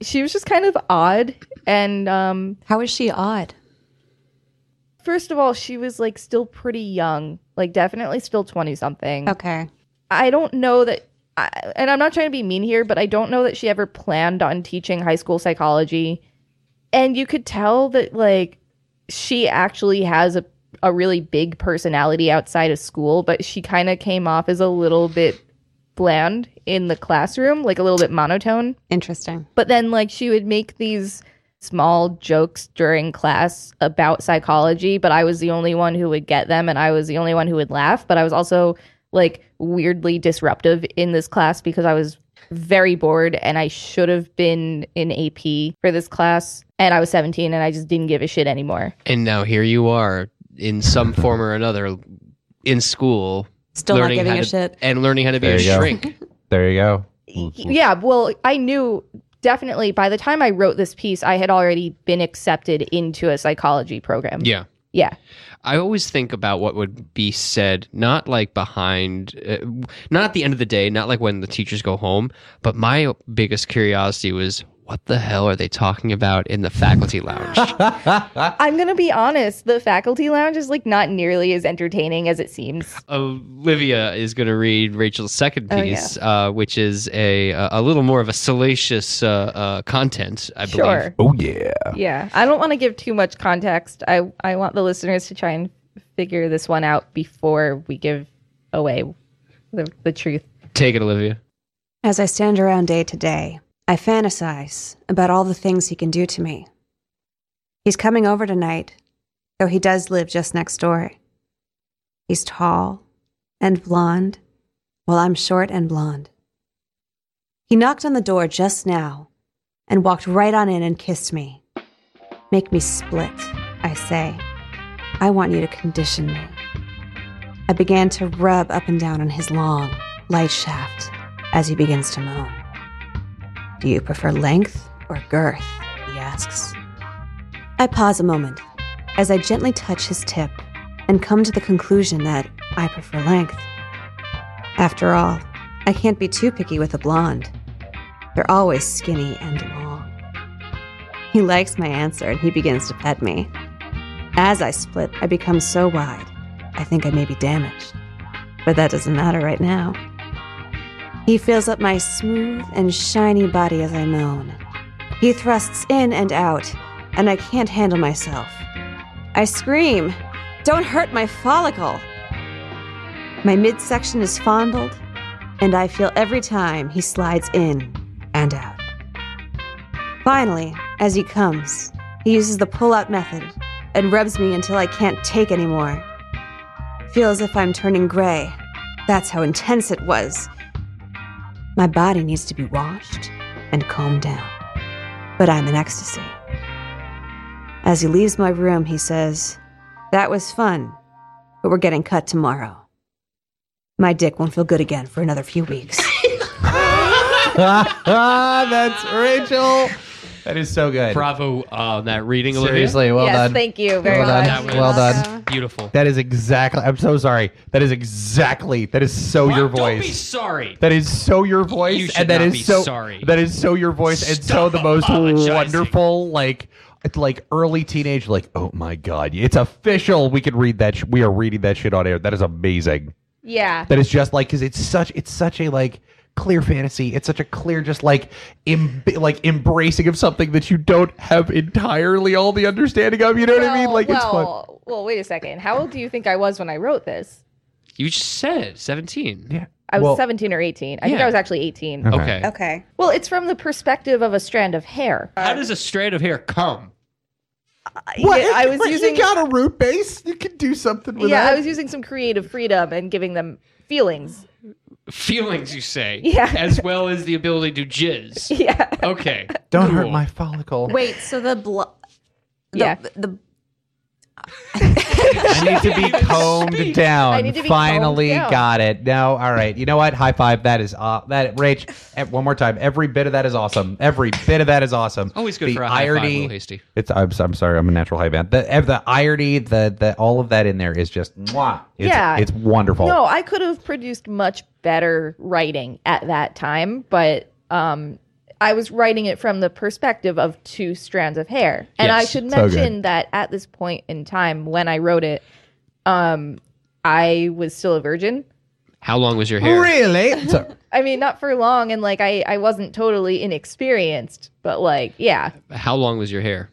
Speaker 6: she was just kind of odd. And um,
Speaker 4: How is she odd?
Speaker 6: first of all, she was like still pretty young, like, definitely still 20 something.
Speaker 8: Okay.
Speaker 6: I don't know that, I, and I'm not trying to be mean here, but I don't know that she ever planned on teaching high school psychology. And you could tell that, like, she actually has a, a really big personality outside of school, but she kind of came off as a little bit bland in the classroom, like a little bit monotone.
Speaker 8: Interesting.
Speaker 6: But then, like, she would make these small jokes during class about psychology, but I was the only one who would get them and I was the only one who would laugh. But I was also, like, weirdly disruptive in this class because I was very bored and I should have been in AP for this class. And I was 17 and I just didn't give a shit anymore.
Speaker 3: And now here you are in some form or another in school
Speaker 8: Still
Speaker 3: Learning
Speaker 8: not
Speaker 3: how
Speaker 8: giving a
Speaker 3: to-
Speaker 8: shit.
Speaker 3: and learning how to be
Speaker 7: There
Speaker 3: a
Speaker 7: you go.
Speaker 3: shrink.
Speaker 7: There you go.
Speaker 6: Yeah, well, I knew definitely by the time I wrote this piece, I had already been accepted into a psychology program.
Speaker 3: yeah.
Speaker 6: Yeah.
Speaker 3: I always think about what would be said, not like behind, uh, not at the end of the day, not like when the teachers go home, but my biggest curiosity was what the hell are they talking about in the faculty lounge?
Speaker 6: I'm gonna be honest. The faculty lounge is like not nearly as entertaining as it seems.
Speaker 3: Olivia is going to read Rachel's second
Speaker 6: Oh,
Speaker 3: piece, uh, which is a a little more of a salacious uh, uh, content, I believe.
Speaker 6: Sure.
Speaker 7: Oh yeah.
Speaker 6: Yeah. I don't want to give too much context. I I want the listeners to try and figure this one out before we give away the, the truth.
Speaker 3: Take it, Olivia.
Speaker 4: As I stand around day to day, I fantasize about all the things he can do to me.
Speaker 8: He's coming over tonight, though he does live just next door. He's tall and blonde, while I'm short and blonde. He knocked on the door just now and walked right on in and kissed me. Make me split, I say. I want you to condition me. I began to rub up and down on his long, light shaft as he begins to moan. Do you prefer length or girth? He asks. I pause a moment as I gently touch his tip and come to the conclusion that I prefer length. After all, I can't be too picky with a blonde. They're always skinny and long. He likes my answer and he begins to pet me. As I split, I become so wide, I think I may be damaged. But that doesn't matter right now. He fills up my smooth and shiny body as I moan. He thrusts in and out, and I can't handle myself. I scream, Don't hurt my follicle! My midsection is fondled, and I feel every time he slides in and out. Finally, as he comes, he uses the pull out method and rubs me until I can't take anymore. Feel as if I'm turning gray. That's how intense it was. My body needs to be washed and combed down, but I'm in ecstasy. As he leaves my room, he says, That was fun, but we're getting cut tomorrow. My dick won't feel good again for another few weeks.
Speaker 7: Ah, That's Rachel. That is so good.
Speaker 3: Bravo on that reading, Olivia.
Speaker 7: Seriously, well
Speaker 6: yes,
Speaker 7: done.
Speaker 6: thank you very
Speaker 7: Well done.
Speaker 6: much.
Speaker 3: That was
Speaker 7: Well done.
Speaker 3: Beautiful.
Speaker 7: That is exactly. I'm so sorry. That is exactly. That is so your
Speaker 3: What? Don't be
Speaker 7: voice.
Speaker 3: sorry.
Speaker 7: That is so your voice,
Speaker 3: You should
Speaker 7: and that
Speaker 3: not
Speaker 7: is
Speaker 3: be
Speaker 7: so
Speaker 3: sorry.
Speaker 7: that is so your voice, and so
Speaker 3: Stop
Speaker 7: the most
Speaker 3: apologizing.
Speaker 7: wonderful, like it's like early teenage, like oh my god, it's official. We can read that. Sh- we are reading that shit on air. That is amazing.
Speaker 6: Yeah.
Speaker 7: That is just like because it's such it's such a like clear fantasy. It's such a clear just like em- like embracing of something that you don't have entirely all the understanding of. You know what I mean?
Speaker 6: Well,
Speaker 7: Like it's fun.
Speaker 6: well, well, wait a second. How old do you think I was when I wrote this?
Speaker 3: You just said 17.
Speaker 7: Yeah.
Speaker 6: I was
Speaker 7: Well,
Speaker 6: 17 or 18. I think
Speaker 3: Yeah.
Speaker 6: I was actually 18.
Speaker 3: Okay.
Speaker 8: Okay.
Speaker 6: Well, it's from the perspective of a strand of hair.
Speaker 3: How does a strand of hair come?
Speaker 7: What?
Speaker 6: Yeah, I was
Speaker 7: Right,
Speaker 6: using
Speaker 7: You got a root base. You can do something with
Speaker 6: Yeah,
Speaker 7: that.
Speaker 6: I was using some creative freedom and giving them feelings.
Speaker 3: Feelings, you say.
Speaker 6: Yeah.
Speaker 3: As well as the ability to jizz.
Speaker 6: Yeah.
Speaker 3: Okay.
Speaker 7: Don't hurt
Speaker 3: cool.
Speaker 7: my follicle.
Speaker 8: Wait, so the blo- the,
Speaker 6: Yeah.
Speaker 8: the
Speaker 7: I need to be combed down.
Speaker 6: I need to be
Speaker 7: Finally
Speaker 6: combed down.
Speaker 7: got it. No, all right. You know what? High five. That is uh, that Rach. eh, One more time. Every bit of that is awesome. Every bit of that is awesome.
Speaker 3: Always good
Speaker 7: the
Speaker 3: for a high five,
Speaker 7: irony.
Speaker 3: Will Hasty.
Speaker 7: It's I'm, s- I'm sorry. I'm a natural high fan. The eh, the irony, the the all of that in there is just mwah. It's,
Speaker 6: Yeah.
Speaker 7: it's wonderful.
Speaker 6: No, I could have produced much better writing at that time, but um, I was writing it from the perspective of two strands of hair. And I
Speaker 3: Yes,
Speaker 6: should
Speaker 7: so good.
Speaker 6: mention that at this point in time when I wrote it, um, I was still a virgin.
Speaker 3: How long was your hair?
Speaker 7: Really? So-
Speaker 6: I mean, not for long, and like I, I wasn't totally inexperienced, but like, yeah,
Speaker 3: How long was your hair?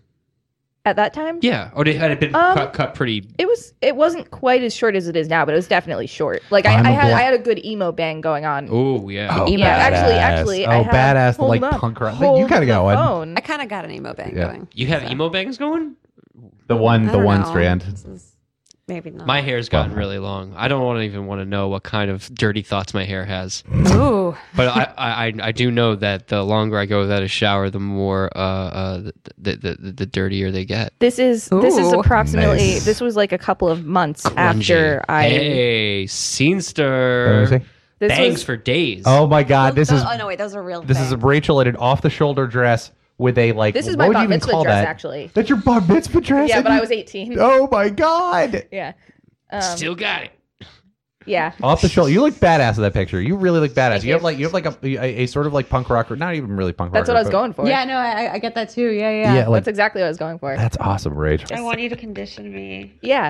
Speaker 6: at that time,
Speaker 3: Yeah. Or did, had it been
Speaker 6: Um,
Speaker 3: cut, cut pretty?
Speaker 6: it was it wasn't quite as short as it is now, but it was definitely short. Like I,
Speaker 7: I'm a
Speaker 6: I had
Speaker 7: blo-
Speaker 6: I had a good emo bang going on.
Speaker 3: Oh yeah.
Speaker 6: emo. Actually, actually,
Speaker 7: oh,
Speaker 6: I had-
Speaker 7: badass! the,
Speaker 6: hold
Speaker 7: like
Speaker 6: up,
Speaker 7: punk rock. You
Speaker 6: hold
Speaker 7: kind of
Speaker 6: the
Speaker 7: got one.
Speaker 6: phone.
Speaker 4: I kind of got an emo bang
Speaker 7: Yeah.
Speaker 4: going.
Speaker 3: You have emo bangs going?
Speaker 7: The one,
Speaker 4: I
Speaker 7: the
Speaker 4: don't
Speaker 7: one
Speaker 4: know.
Speaker 7: strand.
Speaker 4: This is- Maybe not.
Speaker 3: My hair's
Speaker 7: Oh.
Speaker 3: gotten really long. I don't want to even want to know what kind of dirty thoughts my hair has.
Speaker 4: Ooh.
Speaker 3: But I, I, I- I do know that the longer I go without a shower, the more uh, uh the, the, the the dirtier they get.
Speaker 6: This is this is
Speaker 4: Ooh.
Speaker 6: approximately
Speaker 7: Nice.
Speaker 6: this was like a couple of months after
Speaker 3: Grungy.
Speaker 6: I
Speaker 3: hey scenester
Speaker 6: This
Speaker 3: bangs
Speaker 6: was-
Speaker 3: for days.
Speaker 7: Oh my God! This
Speaker 4: Those-
Speaker 7: is
Speaker 4: Oh no, wait. Those are real.
Speaker 7: This is
Speaker 4: bangs.
Speaker 7: Rachel in an off the shoulder dress with a like.
Speaker 6: this is
Speaker 7: what
Speaker 6: my
Speaker 7: would you
Speaker 6: bat
Speaker 7: even
Speaker 6: mitzvah
Speaker 7: call
Speaker 6: dress
Speaker 7: that?
Speaker 6: actually.
Speaker 7: That's your bat mitzvah dress.
Speaker 6: Yeah,
Speaker 7: And
Speaker 6: but I
Speaker 7: you-
Speaker 6: was eighteen.
Speaker 7: Oh my god!
Speaker 6: Yeah, um,
Speaker 3: still got it.
Speaker 6: yeah.
Speaker 7: Off the shoulder, you look badass in that picture. You really look badass.
Speaker 6: Thank
Speaker 7: You have
Speaker 6: you.
Speaker 7: like you have like a, a, a sort of like punk rocker, not even really punk
Speaker 6: That's
Speaker 7: rocker.
Speaker 6: what I was
Speaker 7: but-
Speaker 6: going for.
Speaker 9: Yeah, no, I, I get that too. Yeah, yeah.
Speaker 7: Yeah, like
Speaker 6: that's exactly what I was going for.
Speaker 7: that's awesome, Rach.
Speaker 9: I want you to condition me.
Speaker 6: Yeah.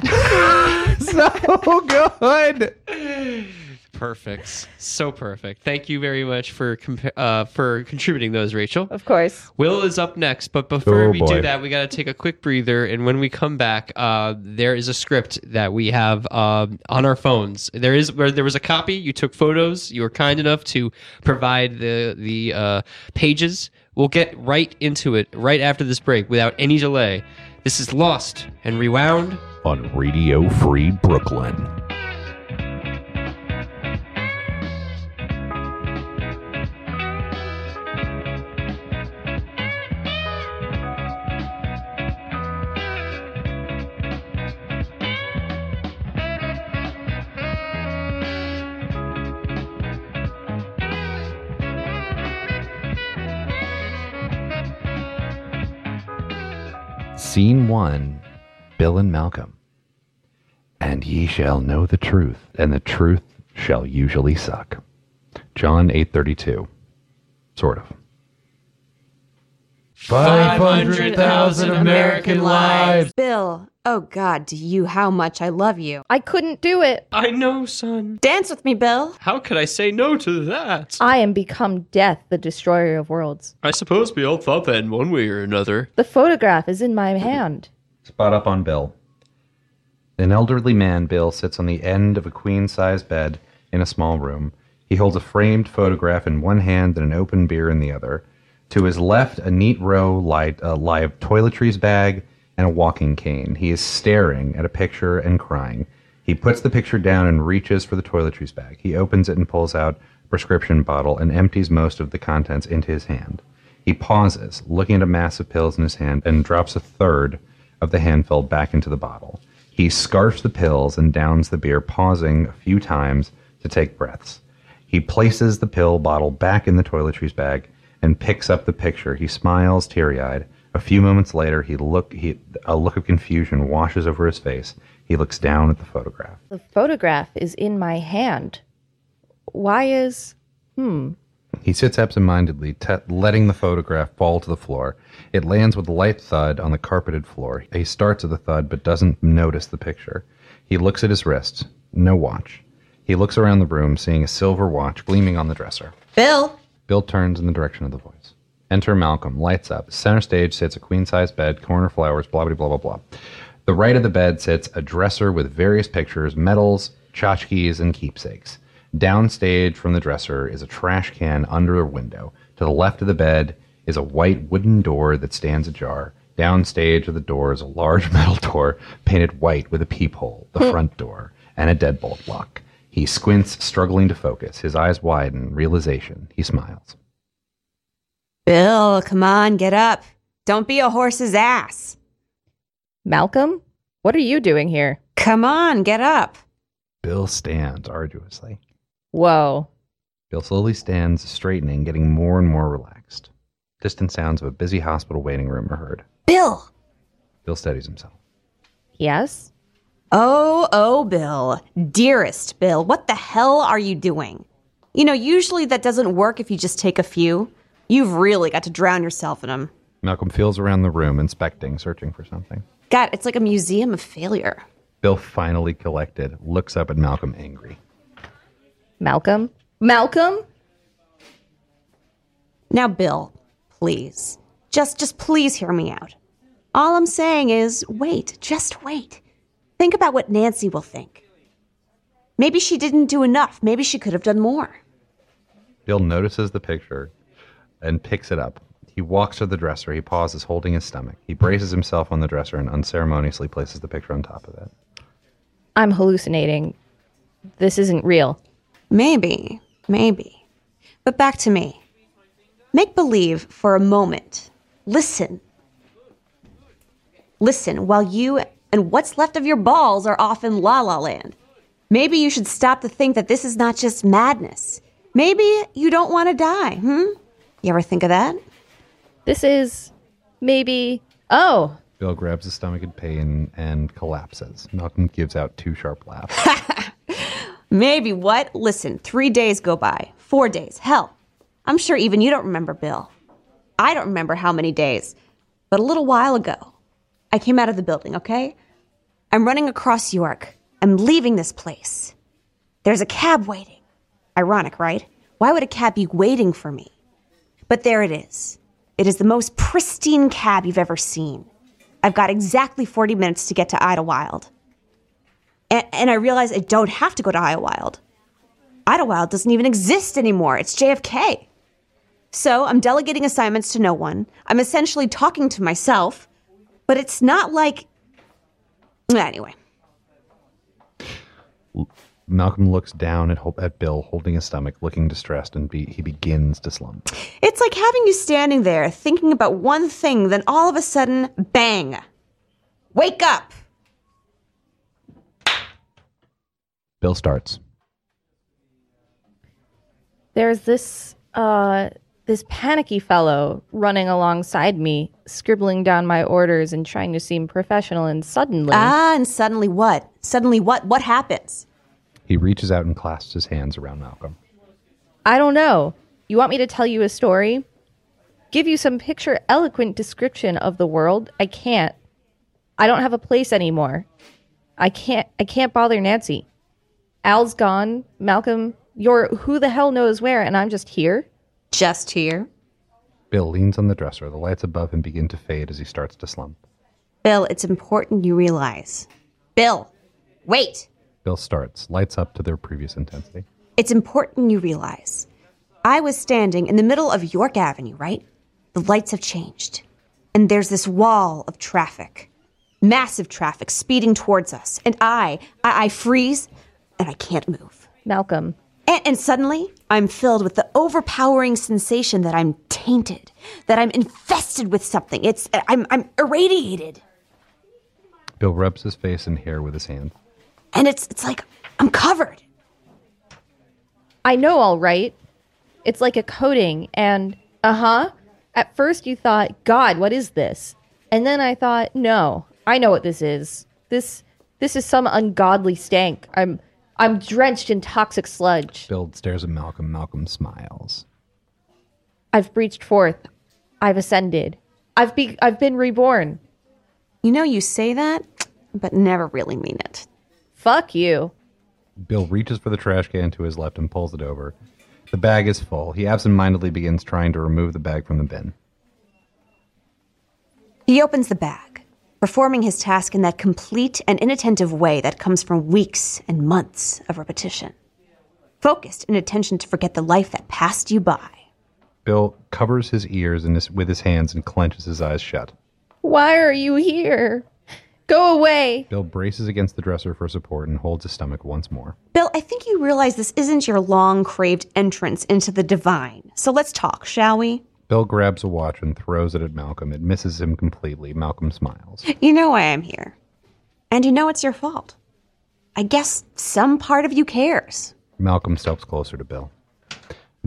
Speaker 7: so good.
Speaker 3: Perfect, so perfect. Thank you very much for compa- uh, for contributing those, Rachel.
Speaker 6: Of course.
Speaker 3: Will is up next, but before
Speaker 7: Oh,
Speaker 3: we
Speaker 7: boy.
Speaker 3: do that, we got to take a quick breather. And when we come back, uh, there is a script that we have um, on our phones. There is where there was a copy. You took photos. You were kind enough to provide the the uh, pages. We'll get right into it right after this break without any delay. This is Lost and Rewound.
Speaker 7: On Radio Free Brooklyn. Scene one Bill and Malcolm. And ye shall know the truth, and the truth shall usually suck. John 8:32. Sort of.
Speaker 3: 500,000 American lives.
Speaker 8: Bill, oh God, do you how much I love you.
Speaker 6: I couldn't do it.
Speaker 3: I know, son.
Speaker 8: Dance with me, Bill.
Speaker 3: How could I say no to that?
Speaker 6: I am become death, the destroyer of worlds.
Speaker 3: I suppose we all thought that in one way or another.
Speaker 6: The photograph is in my hand.
Speaker 7: Spot up on Bill. An elderly man, Bill, sits on the end of a queen size bed in a small room. He holds a framed photograph in one hand and an open beer in the other. To his left, a neat row light, a live toiletries bag and a walking cane. He is staring at a picture and crying. He puts the picture down and reaches for the toiletries bag. He opens it and pulls out a prescription bottle and empties most of the contents into his hand. He pauses, looking at a mass of pills in his hand, and drops a third of the handful back into the bottle. He scarfs the pills and downs the beer, pausing a few times to take breaths. He places the pill bottle back in the toiletries bag and picks up the picture. He smiles, teary-eyed. A few moments later, he look he a look of confusion washes over his face. He looks down at the photograph.
Speaker 6: The photograph is in my hand. Why is
Speaker 7: He sits absentmindedly, t- letting the photograph fall to the floor. It lands with a light thud on the carpeted floor. He starts at the thud but doesn't notice the picture. He looks at his wrist. No watch. He looks around the room, seeing a silver watch gleaming on the dresser.
Speaker 8: Bill,
Speaker 7: Bill turns in the direction of the voice. Enter Malcolm, lights up. Center stage sits a queen size bed, corner flowers, blah, blah, blah, blah, blah. The right of the bed sits a dresser with various pictures, medals, tchotchkes, and keepsakes. Downstage from the dresser is a trash can under a window. To the left of the bed is a white wooden door that stands ajar. Downstage of the door is a large metal door painted white with a peephole, the front door, and a deadbolt lock. He squints, struggling to focus. His eyes widen, realization. He smiles.
Speaker 8: Bill, come on, get up. Don't be a horse's ass.
Speaker 6: Malcolm? What are you doing here?
Speaker 8: Come on, get up.
Speaker 7: Bill stands arduously.
Speaker 6: Whoa.
Speaker 7: Bill slowly stands, straightening, getting more and more relaxed. Distant sounds of a busy hospital waiting room are heard.
Speaker 8: Bill.
Speaker 7: Bill steadies himself.
Speaker 6: Yes?
Speaker 8: Oh, oh, Bill. Dearest Bill, what the hell are you doing? You know, usually that doesn't work if you just take a few. You've really got to drown yourself in them.
Speaker 7: Malcolm feels around the room, inspecting, searching for something.
Speaker 8: God, it's like a museum of failure.
Speaker 7: Bill, finally collected, looks up at Malcolm, angry.
Speaker 6: Malcolm? Malcolm?
Speaker 8: Now, Bill, please. Just just please hear me out. All I'm saying is wait, just wait. Think about what Nancy will think. Maybe she didn't do enough. Maybe she could have done more.
Speaker 7: Bill notices the picture and picks it up. He walks to the dresser. He pauses, holding his stomach. He braces himself on the dresser and unceremoniously places the picture on top of it.
Speaker 6: I'm hallucinating. This isn't real.
Speaker 8: Maybe, maybe. But back to me. Make believe for a moment. Listen. Listen while you and what's left of your balls are off in La La Land. Maybe you should stop to think that this is not just madness. Maybe you don't want to die, hmm? You ever think of that?
Speaker 6: This is maybe. Oh,
Speaker 7: Bill grabs his stomach in pain and collapses. Malcolm gives out two sharp laughs.
Speaker 8: Maybe what? Listen, three days go by, four days, hell. I'm sure even you don't remember, Bill. I don't remember how many days, but a little while ago, I came out of the building, okay? I'm running across York. I'm leaving this place. There's a cab waiting. Ironic, right? Why would a cab be waiting for me? But there it is. It is the most pristine cab you've ever seen. I've got exactly 40 minutes to get to Idlewild and, and I realized I don't have to go to Idlewild. Idlewild doesn't even exist anymore. It's JFK. So I'm delegating assignments to no one. I'm essentially talking to myself, but it's not like. Anyway,
Speaker 7: Malcolm looks down at, Hol- at Bill, holding his stomach, looking distressed, and be- he begins to slump.
Speaker 8: it's like having you standing there thinking about one thing, then all of a sudden, bang! Wake up!
Speaker 7: Bill starts.
Speaker 6: there's this uh this panicky fellow running alongside me, scribbling down my orders and trying to seem professional and suddenly
Speaker 8: Ah, and suddenly what? Suddenly what? What happens?
Speaker 7: He reaches out and clasps his hands around Malcolm.
Speaker 6: I don't know. You want me to tell you a story? Give you some picture eloquent description of the world? I can't. I don't have a place anymore. I can't I can't bother Nancy. Al's gone, Malcolm, you're who the hell knows where and I'm just here?
Speaker 8: Just here.
Speaker 7: Bill leans on the dresser. The lights above him begin to fade as he starts to slump.
Speaker 8: Bill, it's important you realize. Bill, wait.
Speaker 7: Bill starts, lights up to their previous intensity.
Speaker 8: It's important you realize. I was standing in the middle of York Avenue, right? The lights have changed. And there's this wall of traffic. Massive traffic speeding towards us. And I, I, I freeze and I can't move.
Speaker 6: Malcolm,
Speaker 8: And, and suddenly, I'm filled with the overpowering sensation that I'm tainted, that I'm infested with something. It's, I'm, I'm irradiated.
Speaker 7: Bill rubs his face and hair with his hand.
Speaker 8: And it's, it's like I'm covered.
Speaker 6: I know, all right. It's like a coating, and uh huh. At first, you thought, God, what is this? And then I thought, no, I know what this is. This this is some ungodly stank. I'm I'm drenched in toxic sludge.
Speaker 7: Bill stares at Malcolm. Malcolm smiles.
Speaker 6: I've breached forth. I've ascended. I've be I've been reborn.
Speaker 8: You know, you say that, but never really mean it.
Speaker 6: Fuck you.
Speaker 7: Bill reaches for the trash can to his left and pulls it over. The bag is full. He absentmindedly begins trying to remove the bag from the bin.
Speaker 8: He opens the bag, performing his task in that complete and inattentive way that comes from weeks and months of repetition. Focused in attention to forget the life that passed you by.
Speaker 7: Bill covers his ears in his, with his hands and clenches his eyes shut.
Speaker 6: Why are you here? Go away.
Speaker 7: Bill braces against the dresser for support and holds his stomach once more.
Speaker 8: Bill, I think you realize this isn't your long craved entrance into the divine. So let's talk, shall we?
Speaker 7: Bill grabs a watch and throws it at Malcolm. It misses him completely. Malcolm smiles.
Speaker 8: You know why I'm here. And you know it's your fault. I guess some part of you cares.
Speaker 7: Malcolm steps closer to Bill.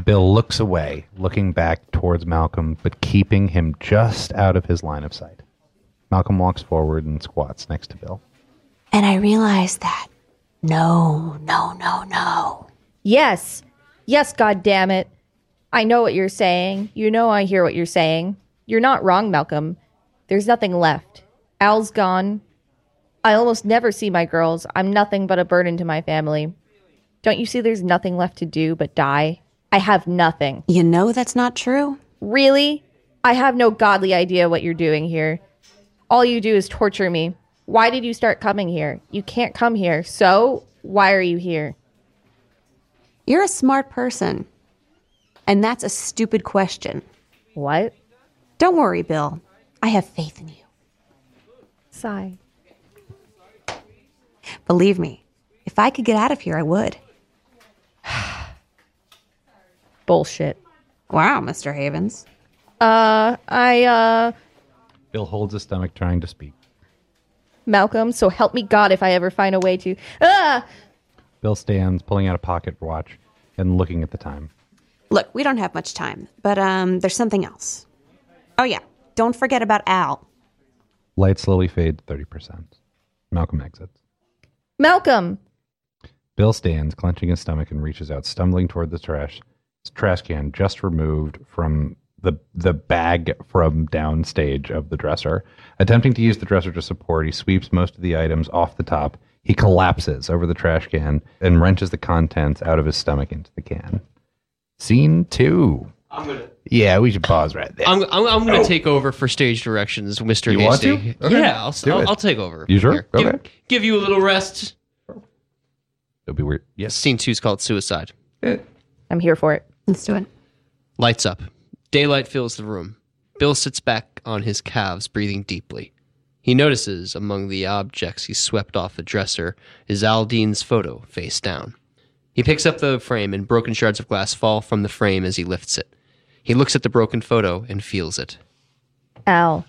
Speaker 7: Bill looks away, looking back towards Malcolm, but keeping him just out of his line of sight. Malcolm walks forward and squats next to Bill.
Speaker 8: And I realize that. No, no, no, no.
Speaker 6: Yes. Yes, god damn it. I know what you're saying. You know I hear what you're saying. You're not wrong, Malcolm. There's nothing left. Al's gone. I almost never see my girls. I'm nothing but a burden to my family. Don't you see there's nothing left to do but die? I have nothing.
Speaker 8: You know that's not true.
Speaker 6: Really? I have no godly idea what you're doing here. All you do is torture me. Why did you start coming here? You can't come here. So, why are you here?
Speaker 8: You're a smart person. And that's a stupid question.
Speaker 6: What?
Speaker 8: Don't worry, Bill. I have faith in you.
Speaker 6: Sigh.
Speaker 8: Believe me, if I could get out of here, I would.
Speaker 6: Bullshit.
Speaker 8: Wow, Mr. Havens.
Speaker 6: Uh, I, uh,
Speaker 7: Bill holds his stomach, trying to speak.
Speaker 6: Malcolm, so help me God if I ever find a way to. Ah!
Speaker 7: Bill stands, pulling out a pocket watch and looking at the time.
Speaker 8: Look, we don't have much time, but um, there's something else. Oh, yeah. Don't forget about Al.
Speaker 7: Light slowly fades 30%. Malcolm exits.
Speaker 6: Malcolm!
Speaker 7: Bill stands, clenching his stomach, and reaches out, stumbling toward the trash trash can just removed from the the bag from downstage of the dresser. Attempting to use the dresser to support, he sweeps most of the items off the top. He collapses over the trash can and wrenches the contents out of his stomach into the can. Scene two.
Speaker 3: I'm gonna
Speaker 7: Yeah, we should pause right there.
Speaker 3: I'm, I'm, I'm gonna take over for stage directions, Mister.
Speaker 7: Oh. You want
Speaker 3: Hasty.
Speaker 7: to? Okay.
Speaker 3: Yeah, I'll,
Speaker 7: Do it.
Speaker 3: I'll, I'll take over.
Speaker 7: You sure?
Speaker 3: Here. Give,
Speaker 7: Okay.
Speaker 3: give you a little rest.
Speaker 7: It'll be weird. Yes.
Speaker 3: Scene two is called suicide.
Speaker 6: I'm here for it.
Speaker 8: Let's do it.
Speaker 3: Lights up. Daylight fills the room. Bill sits back on his calves, breathing deeply. He notices among the objects he swept off the dresser is Aldine's photo, face down. He picks up the frame, and broken shards of glass fall from the frame as he lifts it. He looks at the broken photo and feels it.
Speaker 6: Al.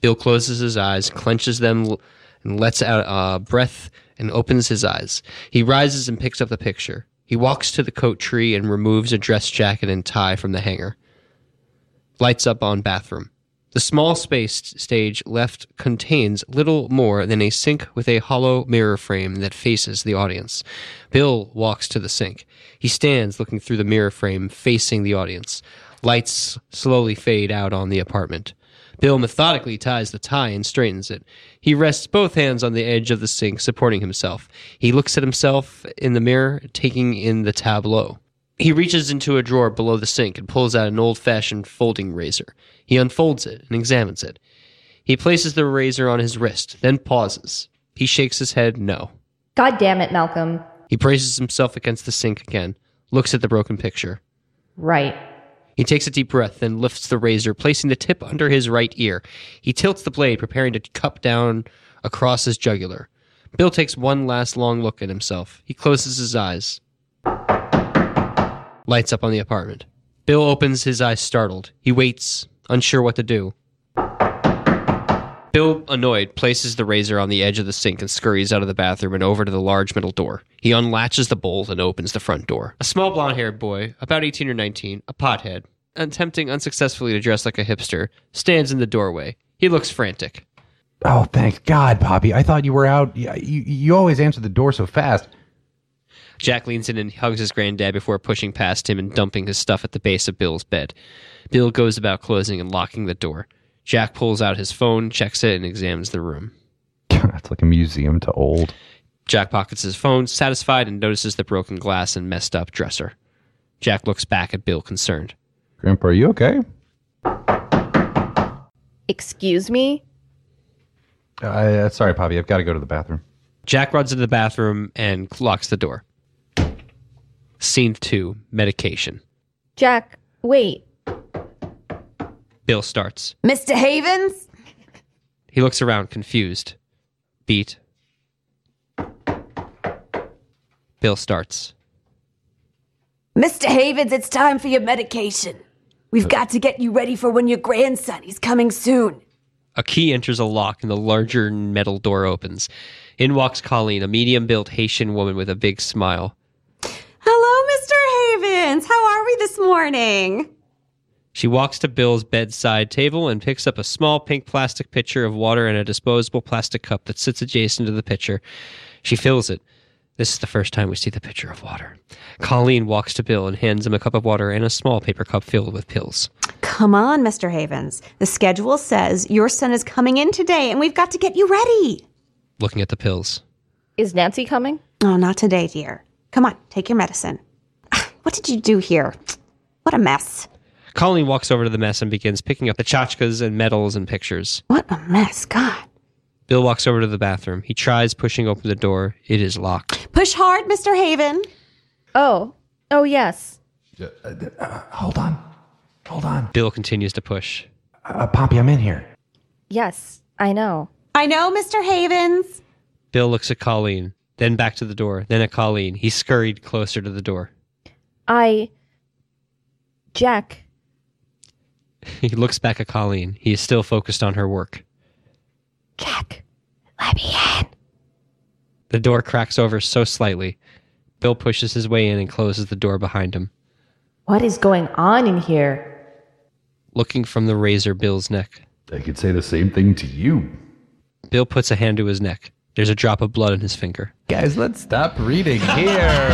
Speaker 3: Bill closes his eyes, clenches them, l- and lets out a breath and opens his eyes. He rises and picks up the picture. He walks to the coat tree and removes a dress jacket and tie from the hanger. Lights up on bathroom. The small space stage left contains little more than a sink with a hollow mirror frame that faces the audience. Bill walks to the sink. He stands looking through the mirror frame facing the audience. Lights slowly fade out on the apartment. Bill methodically ties the tie and straightens it. He rests both hands on the edge of the sink, supporting himself. He looks at himself in the mirror, taking in the tableau. He reaches into a drawer below the sink and pulls out an old fashioned folding razor. He unfolds it and examines it. He places the razor on his wrist, then pauses. He shakes his head no.
Speaker 6: God damn it, Malcolm.
Speaker 3: He braces himself against the sink again, looks at the broken picture.
Speaker 6: Right.
Speaker 3: He takes a deep breath, then lifts the razor, placing the tip under his right ear. He tilts the blade, preparing to cup down across his jugular. Bill takes one last long look at himself. He closes his eyes. Lights up on the apartment. Bill opens his eyes startled. He waits, unsure what to do. Bill, annoyed, places the razor on the edge of the sink and scurries out of the bathroom and over to the large metal door. He unlatches the bolt and opens the front door. A small blond haired boy, about 18 or 19, a pothead, attempting unsuccessfully to dress like a hipster, stands in the doorway. He looks frantic.
Speaker 7: Oh, thank God, Poppy. I thought you were out. Yeah, You, you always answer the door so fast.
Speaker 3: Jack leans in and hugs his granddad before pushing past him and dumping his stuff at the base of Bill's bed. Bill goes about closing and locking the door. Jack pulls out his phone, checks it, and examines the room.
Speaker 7: it's like a museum to old.
Speaker 3: Jack pockets his phone, satisfied, and notices the broken glass and messed up dresser. Jack looks back at Bill, concerned.
Speaker 7: Grandpa, are you okay?
Speaker 6: Excuse me?
Speaker 7: Uh, uh, sorry, Poppy. I've got to go to the bathroom.
Speaker 3: Jack runs into the bathroom and locks the door. Scene two medication.
Speaker 6: Jack, wait.
Speaker 3: Bill starts.
Speaker 8: Mr. Havens?
Speaker 3: He looks around, confused. Beat. Bill starts.
Speaker 10: Mr. Havens, it's time for your medication. We've got to get you ready for when your grandson is coming soon.
Speaker 3: A key enters a lock and the larger metal door opens. In walks Colleen, a medium built Haitian woman with a big smile.
Speaker 8: Hello, Mr. Havens. How are we this morning?
Speaker 3: She walks to Bill's bedside table and picks up a small pink plastic pitcher of water and a disposable plastic cup that sits adjacent to the pitcher. She fills it. This is the first time we see the pitcher of water. Colleen walks to Bill and hands him a cup of water and a small paper cup filled with pills.
Speaker 8: Come on, Mr. Havens. The schedule says your son is coming in today and we've got to get you ready.
Speaker 3: Looking at the pills.
Speaker 6: Is Nancy coming?
Speaker 8: Oh, not today, dear. Come on, take your medicine. What did you do here? What a mess.
Speaker 3: Colleen walks over to the mess and begins picking up the tchotchkes and medals and pictures.
Speaker 8: What a mess, God.
Speaker 3: Bill walks over to the bathroom. He tries pushing open the door. It is locked.
Speaker 8: Push hard, Mr. Haven.
Speaker 6: Oh, oh yes.
Speaker 7: Uh, uh, hold on. Hold on.
Speaker 3: Bill continues to push.
Speaker 7: Uh, Poppy, I'm in here.
Speaker 6: Yes, I know.
Speaker 8: I know, Mr. Havens.
Speaker 3: Bill looks at Colleen, then back to the door, then at Colleen. He scurried closer to the door.
Speaker 6: I. Jack.
Speaker 3: He looks back at Colleen. He is still focused on her work.
Speaker 5: Jack, let me in.
Speaker 3: The door cracks over so slightly. Bill pushes his way in and closes the door behind him.
Speaker 6: What is going on in here?
Speaker 3: Looking from the razor Bill's neck.
Speaker 11: I could say the same thing to you.
Speaker 3: Bill puts a hand to his neck. There's a drop of blood on his finger.
Speaker 7: Guys, let's stop reading here.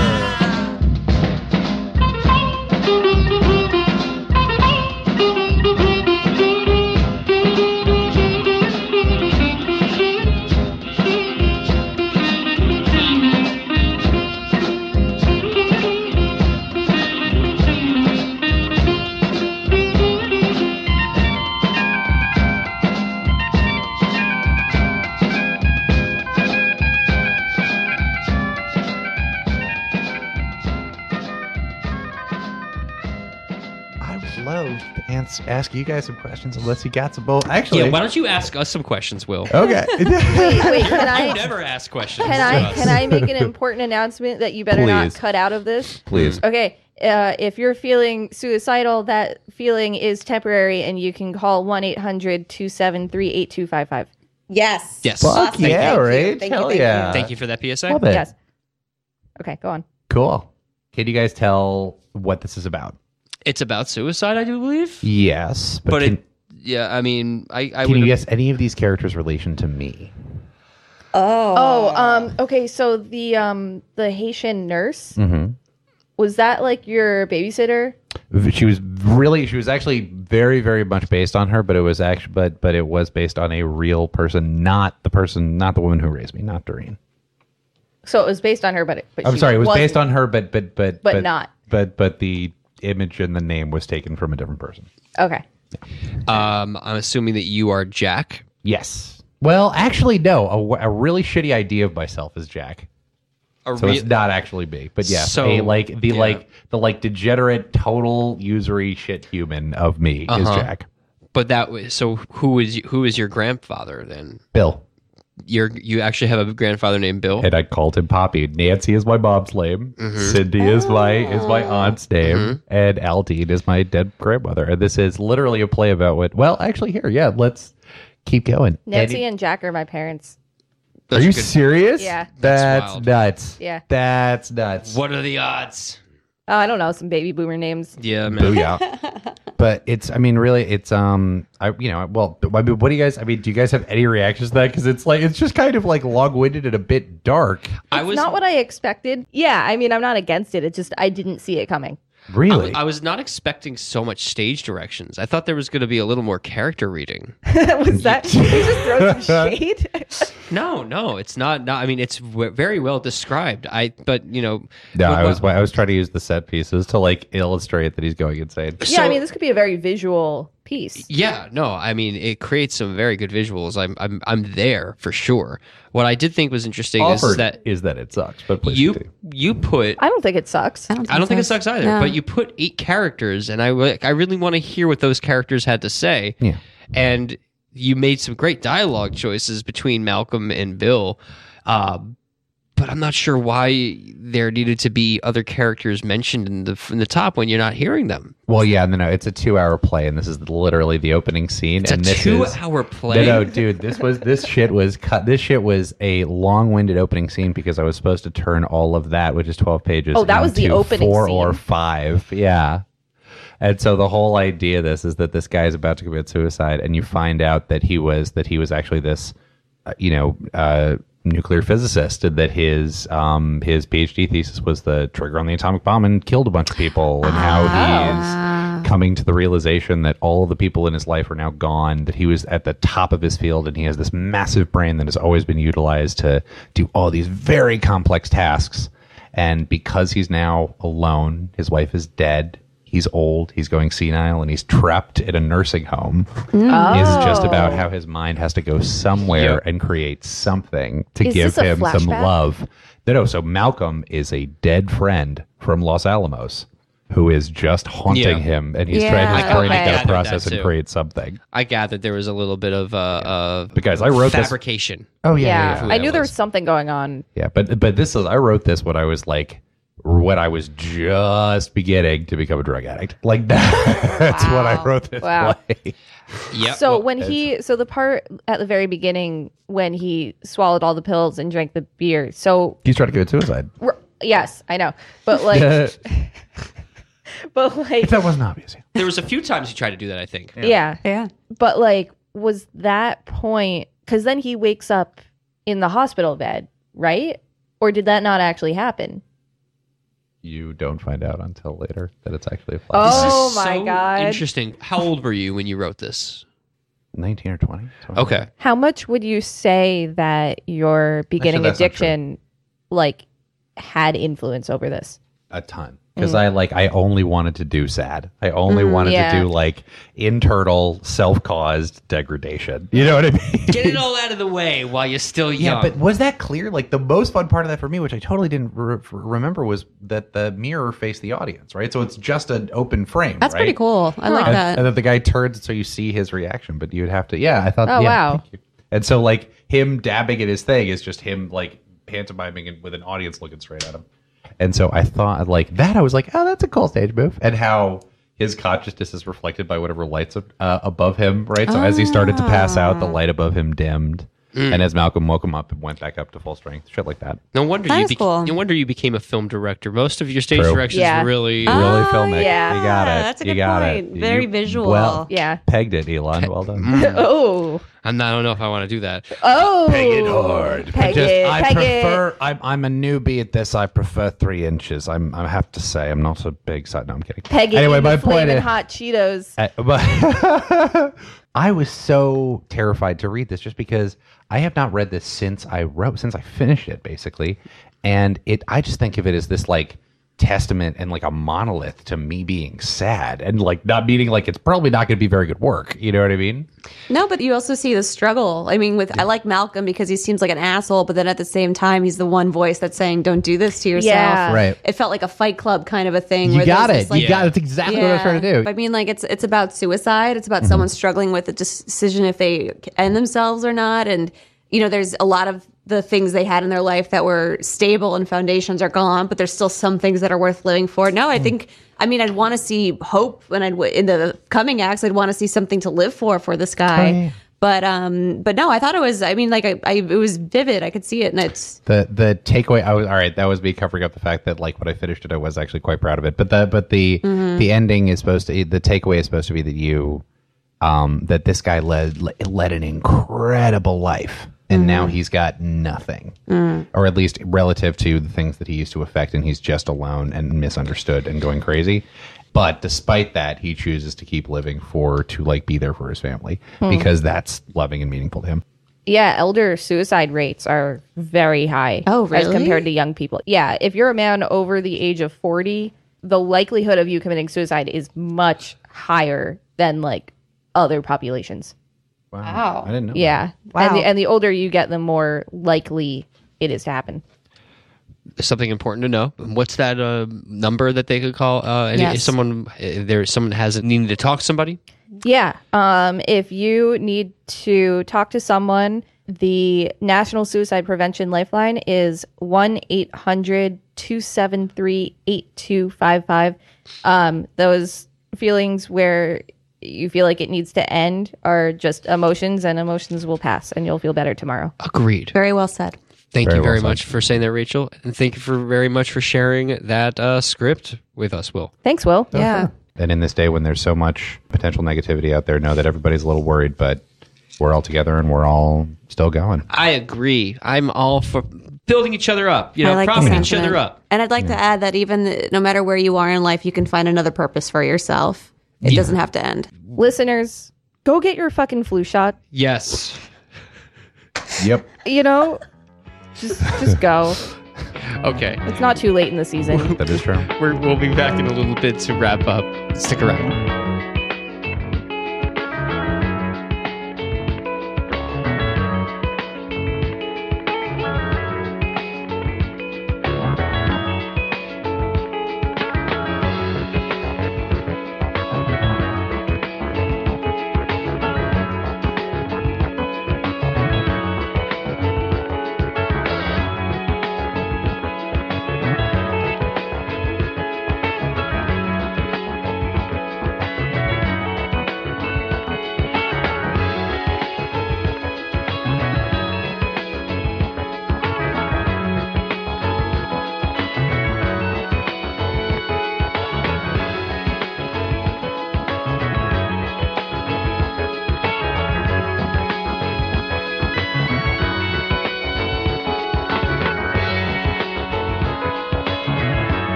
Speaker 7: ans- ask you guys some questions unless you got some both. Actually,
Speaker 3: Yeah, why don't you ask us some questions, Will?
Speaker 7: Okay.
Speaker 6: Wait, wait. Can
Speaker 3: You
Speaker 6: I?
Speaker 3: never ask questions.
Speaker 6: Can
Speaker 3: to
Speaker 6: I?
Speaker 3: us.
Speaker 6: Can I make an important announcement that you better not
Speaker 7: Please.
Speaker 6: cut out of this?
Speaker 7: Please.
Speaker 6: Okay. Uh, if you're feeling suicidal, that feeling is temporary, and you can call 1 800 273 8255.
Speaker 8: Yes.
Speaker 3: Yes.
Speaker 7: Fuck
Speaker 8: Awesome.
Speaker 7: yeah,
Speaker 8: Thank you.
Speaker 7: right?
Speaker 8: Thank you,
Speaker 7: Hell
Speaker 8: thank you.
Speaker 7: yeah.
Speaker 3: Thank you for that PSA.
Speaker 7: Love it.
Speaker 6: Yes. Okay, go on.
Speaker 7: Cool. Can you guys tell what this is about?
Speaker 3: It's about suicide, I do believe.
Speaker 7: Yes, but,
Speaker 3: But
Speaker 7: can,
Speaker 3: it, yeah, I mean, I, I
Speaker 7: can
Speaker 3: would.
Speaker 7: you guess any of these characters' relation to me?
Speaker 6: Oh, um, okay. So the um, the Haitian nurse
Speaker 7: Mm-hmm.
Speaker 6: was that like your babysitter?
Speaker 7: She was really, she was actually very, very much based on her, but it was actually, but but it was based on a real person, not the person, not the woman who raised me, not Doreen.
Speaker 6: So it was based on her, but, it, but
Speaker 7: I'm
Speaker 6: she
Speaker 7: sorry, it was
Speaker 6: wasn't-
Speaker 7: based on her, but but but
Speaker 6: But not.
Speaker 7: but but the image and the name was taken from a different person.
Speaker 6: Okay.
Speaker 3: Um, I'm assuming that you are Jack.
Speaker 7: Yes. Well, actually, no. A, a really shitty idea of myself is Jack.
Speaker 3: A
Speaker 7: So
Speaker 3: real-
Speaker 7: it's not actually me, but yeah,
Speaker 3: So-
Speaker 7: a, like the
Speaker 3: yeah.
Speaker 7: like the like degenerate, total usury shit human of me is
Speaker 3: Uh-huh.
Speaker 7: Jack.
Speaker 3: but that was so. Who is who is your grandfather then?
Speaker 7: Bill,
Speaker 3: You're you actually have a grandfather named Bill.
Speaker 7: and I called him Poppy. Nancy is my mom's name.
Speaker 3: Mm-hmm.
Speaker 7: Cindy is my is my
Speaker 6: Oh.
Speaker 7: aunt's name, and Aldine is my dead grandmother. And this is literally a play about what. Well, actually, here, yeah, let's keep going.
Speaker 6: Nancy
Speaker 7: Any-
Speaker 6: and Jack are my parents.
Speaker 3: That's
Speaker 7: are you
Speaker 3: good.
Speaker 7: serious?
Speaker 6: Yeah.
Speaker 7: that's,
Speaker 3: wild.
Speaker 7: nuts.
Speaker 6: Yeah.
Speaker 7: that's nuts.
Speaker 3: What are the odds?
Speaker 6: Oh, I don't know some baby boomer names.
Speaker 3: Yeah, man.
Speaker 7: Booyah. but it's, I mean, really, it's, um, I, you know, well, I mean, what do you guys, I mean, do you guys have any reactions to that? Cause it's like, it's just kind of like long winded and a bit dark.
Speaker 3: I
Speaker 6: It's
Speaker 3: was
Speaker 6: not what I expected. Yeah, I mean, I'm not against it. It's just I didn't see it coming.
Speaker 3: I
Speaker 7: Really?
Speaker 3: was, I was not expecting so much stage directions. I thought there was going to be a little more character reading.
Speaker 6: was that you just throw some shade?
Speaker 3: No, no, it's not. not I mean, it's w- very well described. I, but you know,
Speaker 7: no,
Speaker 3: what-
Speaker 7: I was,
Speaker 3: what-
Speaker 7: I was trying to use the set pieces to like illustrate that he's going insane.
Speaker 6: yeah, I
Speaker 3: So-
Speaker 6: mean, this could be a very visual piece.
Speaker 3: Yeah, no, I mean, it creates some very good visuals. I'm, I'm, I'm there for sure. What I did think was interesting is
Speaker 7: Offered
Speaker 3: that
Speaker 7: is that it sucks, but please
Speaker 3: you,
Speaker 7: continue.
Speaker 3: you put.
Speaker 6: I don't think it sucks.
Speaker 3: I don't think it sucks either, but you put eight characters, and I, w- I really want to hear what those characters had to say.
Speaker 7: Yeah.
Speaker 3: And you made some great dialogue choices between Malcolm and Bill. Um, but I'm not sure why there needed to be other characters mentioned in the in the top when you're not hearing them.
Speaker 7: Well, yeah, no, no. It's a two-hour play, and this is literally the opening scene.
Speaker 3: It's a
Speaker 7: and this is-
Speaker 3: two-hour play?
Speaker 7: No, no, dude. This was this shit was cut. This shit was a long-winded opening scene because I was supposed to turn all of that, which is twelve pages.
Speaker 6: Oh, that was the
Speaker 7: into
Speaker 6: opening
Speaker 7: four
Speaker 6: scene.
Speaker 7: or five. Yeah. And so the whole idea of this is that this guy is about to commit suicide, and you find out that he was that he was actually this, uh, you know, uh, nuclear physicist, and that his um, his PhD thesis was the trigger on the atomic bomb and killed a bunch of people, and
Speaker 6: Oh.
Speaker 7: how he is coming to the realization that all of the people in his life are now gone, that he was at the top of his field, and he has this massive brain that has always been utilized to do all these very complex tasks. And because he's now alone, his wife is dead, he's old, he's going senile, and he's trapped at a nursing home
Speaker 6: Mm.
Speaker 7: is just about
Speaker 6: Oh.
Speaker 7: how his mind has to go somewhere and create something to
Speaker 6: Is
Speaker 7: give
Speaker 6: this a
Speaker 7: him some
Speaker 6: flashback?
Speaker 7: love. No, no, so Malcolm is a dead friend from Los Alamos who is just haunting
Speaker 3: Yeah.
Speaker 7: him and he's
Speaker 3: Yeah,
Speaker 7: trying his
Speaker 3: I-
Speaker 7: brain
Speaker 3: okay.
Speaker 7: to
Speaker 3: I
Speaker 7: get
Speaker 3: gathered
Speaker 7: a process
Speaker 3: that
Speaker 7: and
Speaker 3: too.
Speaker 7: create something.
Speaker 3: I gathered there was a little bit of uh, uh
Speaker 7: Because I wrote this-
Speaker 3: fabrication.
Speaker 7: Oh, yeah, yeah, yeah.
Speaker 6: I knew there was something going on.
Speaker 7: Yeah, but but this is I wrote this when I was like when I was just beginning to become a drug addict. Like that. That's when I wrote this
Speaker 6: Wow.
Speaker 7: play.
Speaker 3: Yeah.
Speaker 6: so when he, so the part at the very beginning when he swallowed all the pills and drank the beer. So
Speaker 7: He's trying to commit suicide.
Speaker 6: r- yes, I know, but like, but like,
Speaker 7: that wasn't obvious.
Speaker 3: There was a few times he tried to do that. I think.
Speaker 6: Yeah. Yeah. But like, was that point? Because then he wakes up in the hospital bed, right? Or did that not actually happen?
Speaker 7: You don't find out until later that it's actually a flashback.
Speaker 3: This is
Speaker 6: Oh my
Speaker 3: so
Speaker 6: God.
Speaker 3: Interesting. How old were you when you wrote this?
Speaker 7: 19 or 20.
Speaker 3: Okay.
Speaker 6: How much would you say that your beginning
Speaker 7: that's not true.
Speaker 6: addiction, like, had influence over this?
Speaker 7: a ton because
Speaker 6: Mm.
Speaker 7: I like I only wanted to do sad. I only
Speaker 6: Mm,
Speaker 7: wanted
Speaker 6: yeah.
Speaker 7: to do like internal self-caused degradation. You know what I mean?
Speaker 3: Get it all out of the way while you're still young.
Speaker 7: Yeah, but was that clear? Like the most fun part of that for me, which I totally didn't re- remember, was that the mirror faced the audience, right? So it's just an open frame.
Speaker 8: That's
Speaker 7: right?
Speaker 8: pretty cool. I like
Speaker 7: and,
Speaker 8: that.
Speaker 7: And then the guy turns, so you see his reaction, but you'd have to. Yeah, I thought.
Speaker 8: Oh,
Speaker 7: yeah,
Speaker 8: wow.
Speaker 7: thank you. And so like him dabbing at his thing is just him like pantomiming and with an audience looking straight at him. And so I thought like that. I was like, oh, that's a cool stage move. And how his consciousness is reflected by whatever lights uh, above him, right? So as he started to pass out,
Speaker 8: Ah.
Speaker 7: the light above him dimmed.
Speaker 3: Mm.
Speaker 7: And as Malcolm woke him up and went back up to full strength, shit like that.
Speaker 3: no wonder
Speaker 7: That
Speaker 3: you
Speaker 7: is
Speaker 3: bec-
Speaker 7: cool.
Speaker 3: no wonder you became a film director. Most of your stage
Speaker 7: True.
Speaker 3: directions
Speaker 7: Yeah.
Speaker 3: really
Speaker 8: Uh-huh. Oh,
Speaker 7: Really filmic. You got it.
Speaker 8: that's a
Speaker 7: You
Speaker 8: good
Speaker 7: got
Speaker 8: point.
Speaker 7: it.
Speaker 8: Very
Speaker 7: You-
Speaker 8: visual.
Speaker 7: Well,
Speaker 6: Yeah.
Speaker 7: Pegged it, Elon. Well done.
Speaker 6: oh.
Speaker 3: I'm not, I don't know if I want to do that.
Speaker 6: Oh.
Speaker 7: Mm. Peg it hard. I
Speaker 6: Peg
Speaker 7: just-
Speaker 6: it.
Speaker 7: I
Speaker 6: peg it.
Speaker 7: prefer. I'm, I'm a newbie at this. I prefer three inches. I'm. I have to say, I'm not a big side. No, I'm kidding.
Speaker 6: Peg it.
Speaker 7: anyway, my point
Speaker 6: flaming
Speaker 7: is,
Speaker 6: hot Cheetos.
Speaker 7: I, but I was so terrified to read this just because I have not read this since I wrote, since I finished it, basically. And it, I just think of it as this like testament and like a monolith to me being sad and like not meaning like it's probably not going to be very good work. You know what I mean?
Speaker 8: No, but you also see the struggle. I mean, with I like Malcolm because he seems like an asshole, but then at the same time, he's the one voice that's saying, "Don't do this to yourself."
Speaker 7: Yeah. Right.
Speaker 8: It felt like a Fight Club kind of a thing.
Speaker 7: You
Speaker 8: where there's
Speaker 7: got
Speaker 8: this,
Speaker 7: it.
Speaker 8: like-
Speaker 7: You got it. That's exactly what I was trying to do. Mm-hmm.
Speaker 8: But I mean, like it's it's about suicide. It's about someone struggling with a decision if they end themselves or not, and you know, there's a lot of the things they had in their life that were stable and foundations are gone, but there's still some things that are worth living for. No, I
Speaker 7: Mm.
Speaker 8: think. I mean, I'd want to see hope, and I'd in the coming acts, I'd want to see something to live for for this guy.
Speaker 7: Oh, yeah.
Speaker 8: But um, but no, I thought it was. I mean, like I, I, it was vivid. I could see it, and it's
Speaker 7: the the takeaway i was all right that was me covering up the fact that like when i finished it i was actually quite proud of it but the but the
Speaker 8: Mhm.
Speaker 7: the ending is supposed to the takeaway is supposed to be that you um that this guy led led an incredible life and now he's got nothing or at least relative to the things that he used to affect and he's just alone and misunderstood and going crazy but despite that he chooses to keep living for to like be there for his family
Speaker 6: Hmm.
Speaker 7: because that's loving and meaningful to him
Speaker 6: Yeah, elder suicide rates are very high.
Speaker 8: Oh,
Speaker 6: As
Speaker 8: really?
Speaker 6: compared to young people. Yeah, if you're a man over the age of 40, the likelihood of you committing suicide is much higher than like other populations.
Speaker 7: Wow. I didn't know.
Speaker 6: Yeah.
Speaker 7: Wow.
Speaker 6: And, the, and the older you get, the more likely it is to happen.
Speaker 3: Something important to know. What's that uh, number that they could call? Uh, and
Speaker 6: Yes.
Speaker 3: If someone if there someone has needed to talk to somebody,
Speaker 6: Yeah. Um, if you need to talk to someone, the National Suicide Prevention Lifeline is 1 800 273 8255. Um, Those feelings where you feel like it needs to end are just emotions, and emotions will pass, and you'll feel better tomorrow.
Speaker 3: Agreed.
Speaker 8: Very well said.
Speaker 3: Thank
Speaker 6: Very
Speaker 3: you
Speaker 6: well
Speaker 3: very
Speaker 6: said.
Speaker 3: much for saying that, Rachel, and thank you for very much for sharing that uh, script with us, Will.
Speaker 6: Thanks, Will.
Speaker 3: Yeah.
Speaker 7: And in this day when there's so much potential negativity out there, know that everybody's a little worried, but we're all together and we're all still going.
Speaker 3: I agree. I'm all for building each other up. You know,
Speaker 8: I like the
Speaker 3: propping each
Speaker 8: sentiment.
Speaker 3: other up.
Speaker 8: And I'd like to add that even th- no matter where you are in life, you can find another purpose for yourself. It doesn't have to end.
Speaker 6: Listeners, go get your fucking flu shot.
Speaker 3: Yes.
Speaker 7: Yep.
Speaker 6: You know, just just go.
Speaker 3: Okay.
Speaker 6: It's not too late in the season.
Speaker 7: That is true.
Speaker 3: We're, we'll be back in a little bit to wrap up. Stick around.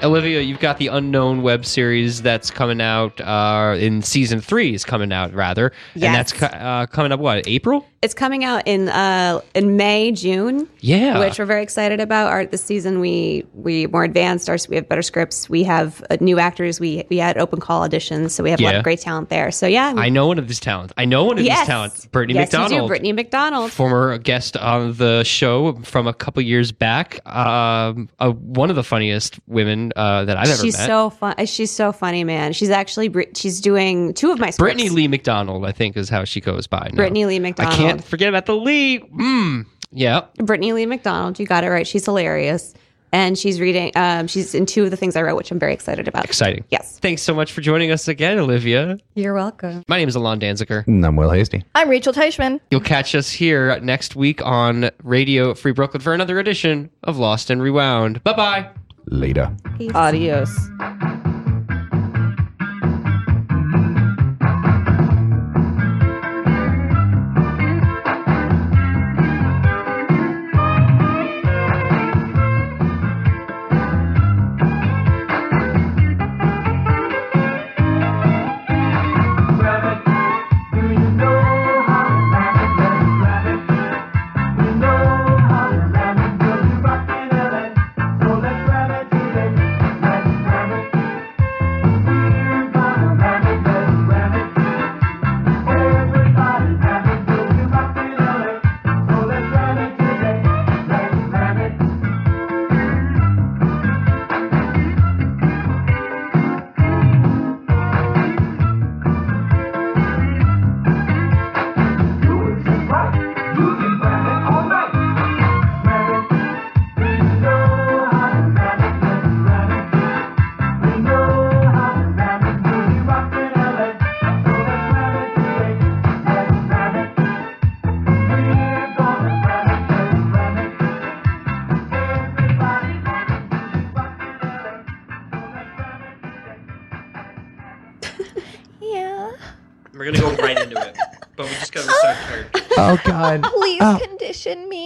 Speaker 3: Olivia, you've got the unknown web series that's coming out uh, in season three is coming out rather, and that's co- uh, coming up what April?
Speaker 8: It's coming out in uh, in May, June.
Speaker 3: Yeah.
Speaker 8: which we're very excited about. Our this season we we more advanced. Our we have better scripts. We have uh, new actors. We we had open call auditions, so we have a lot
Speaker 3: Yeah.
Speaker 8: of great talent there. So yeah,
Speaker 3: I know one of these talents. I know one of
Speaker 8: Yes.
Speaker 3: these talents, Brittany
Speaker 8: yes, you do,
Speaker 3: McDonald,
Speaker 8: Brittany McDonald.
Speaker 3: former guest on the show from a couple years back. Um, uh, one of the funniest women uh, that I've ever
Speaker 8: she's
Speaker 3: met.
Speaker 8: so fun. She's so funny, man. She's actually Brit- she's doing two of my scripts.
Speaker 3: Brittany Lee McDonald, I think, is how she goes by. Now.
Speaker 8: Brittany Lee McDonald.
Speaker 3: I can't forget about the Lee. Mm. Yeah.
Speaker 8: Brittany Lee McDonald. You got it right. She's hilarious, and she's reading. Um, she's in two of the things I wrote, which I'm very excited about.
Speaker 3: Exciting.
Speaker 8: Yes.
Speaker 3: Thanks so much for joining us again, Olivia.
Speaker 8: You're welcome.
Speaker 3: My name is Alon Danziger.
Speaker 7: And I'm Will Hasty.
Speaker 6: I'm Rachel Teichman.
Speaker 3: You'll catch us here next week on Radio Free Brooklyn for another edition of Lost and Rewound. Bye bye.
Speaker 7: Later.
Speaker 6: Adios.
Speaker 5: Yeah.
Speaker 12: We're gonna go right into it, but we just gotta restart.
Speaker 7: Oh, God.
Speaker 5: Please
Speaker 7: Oh.
Speaker 5: condition me.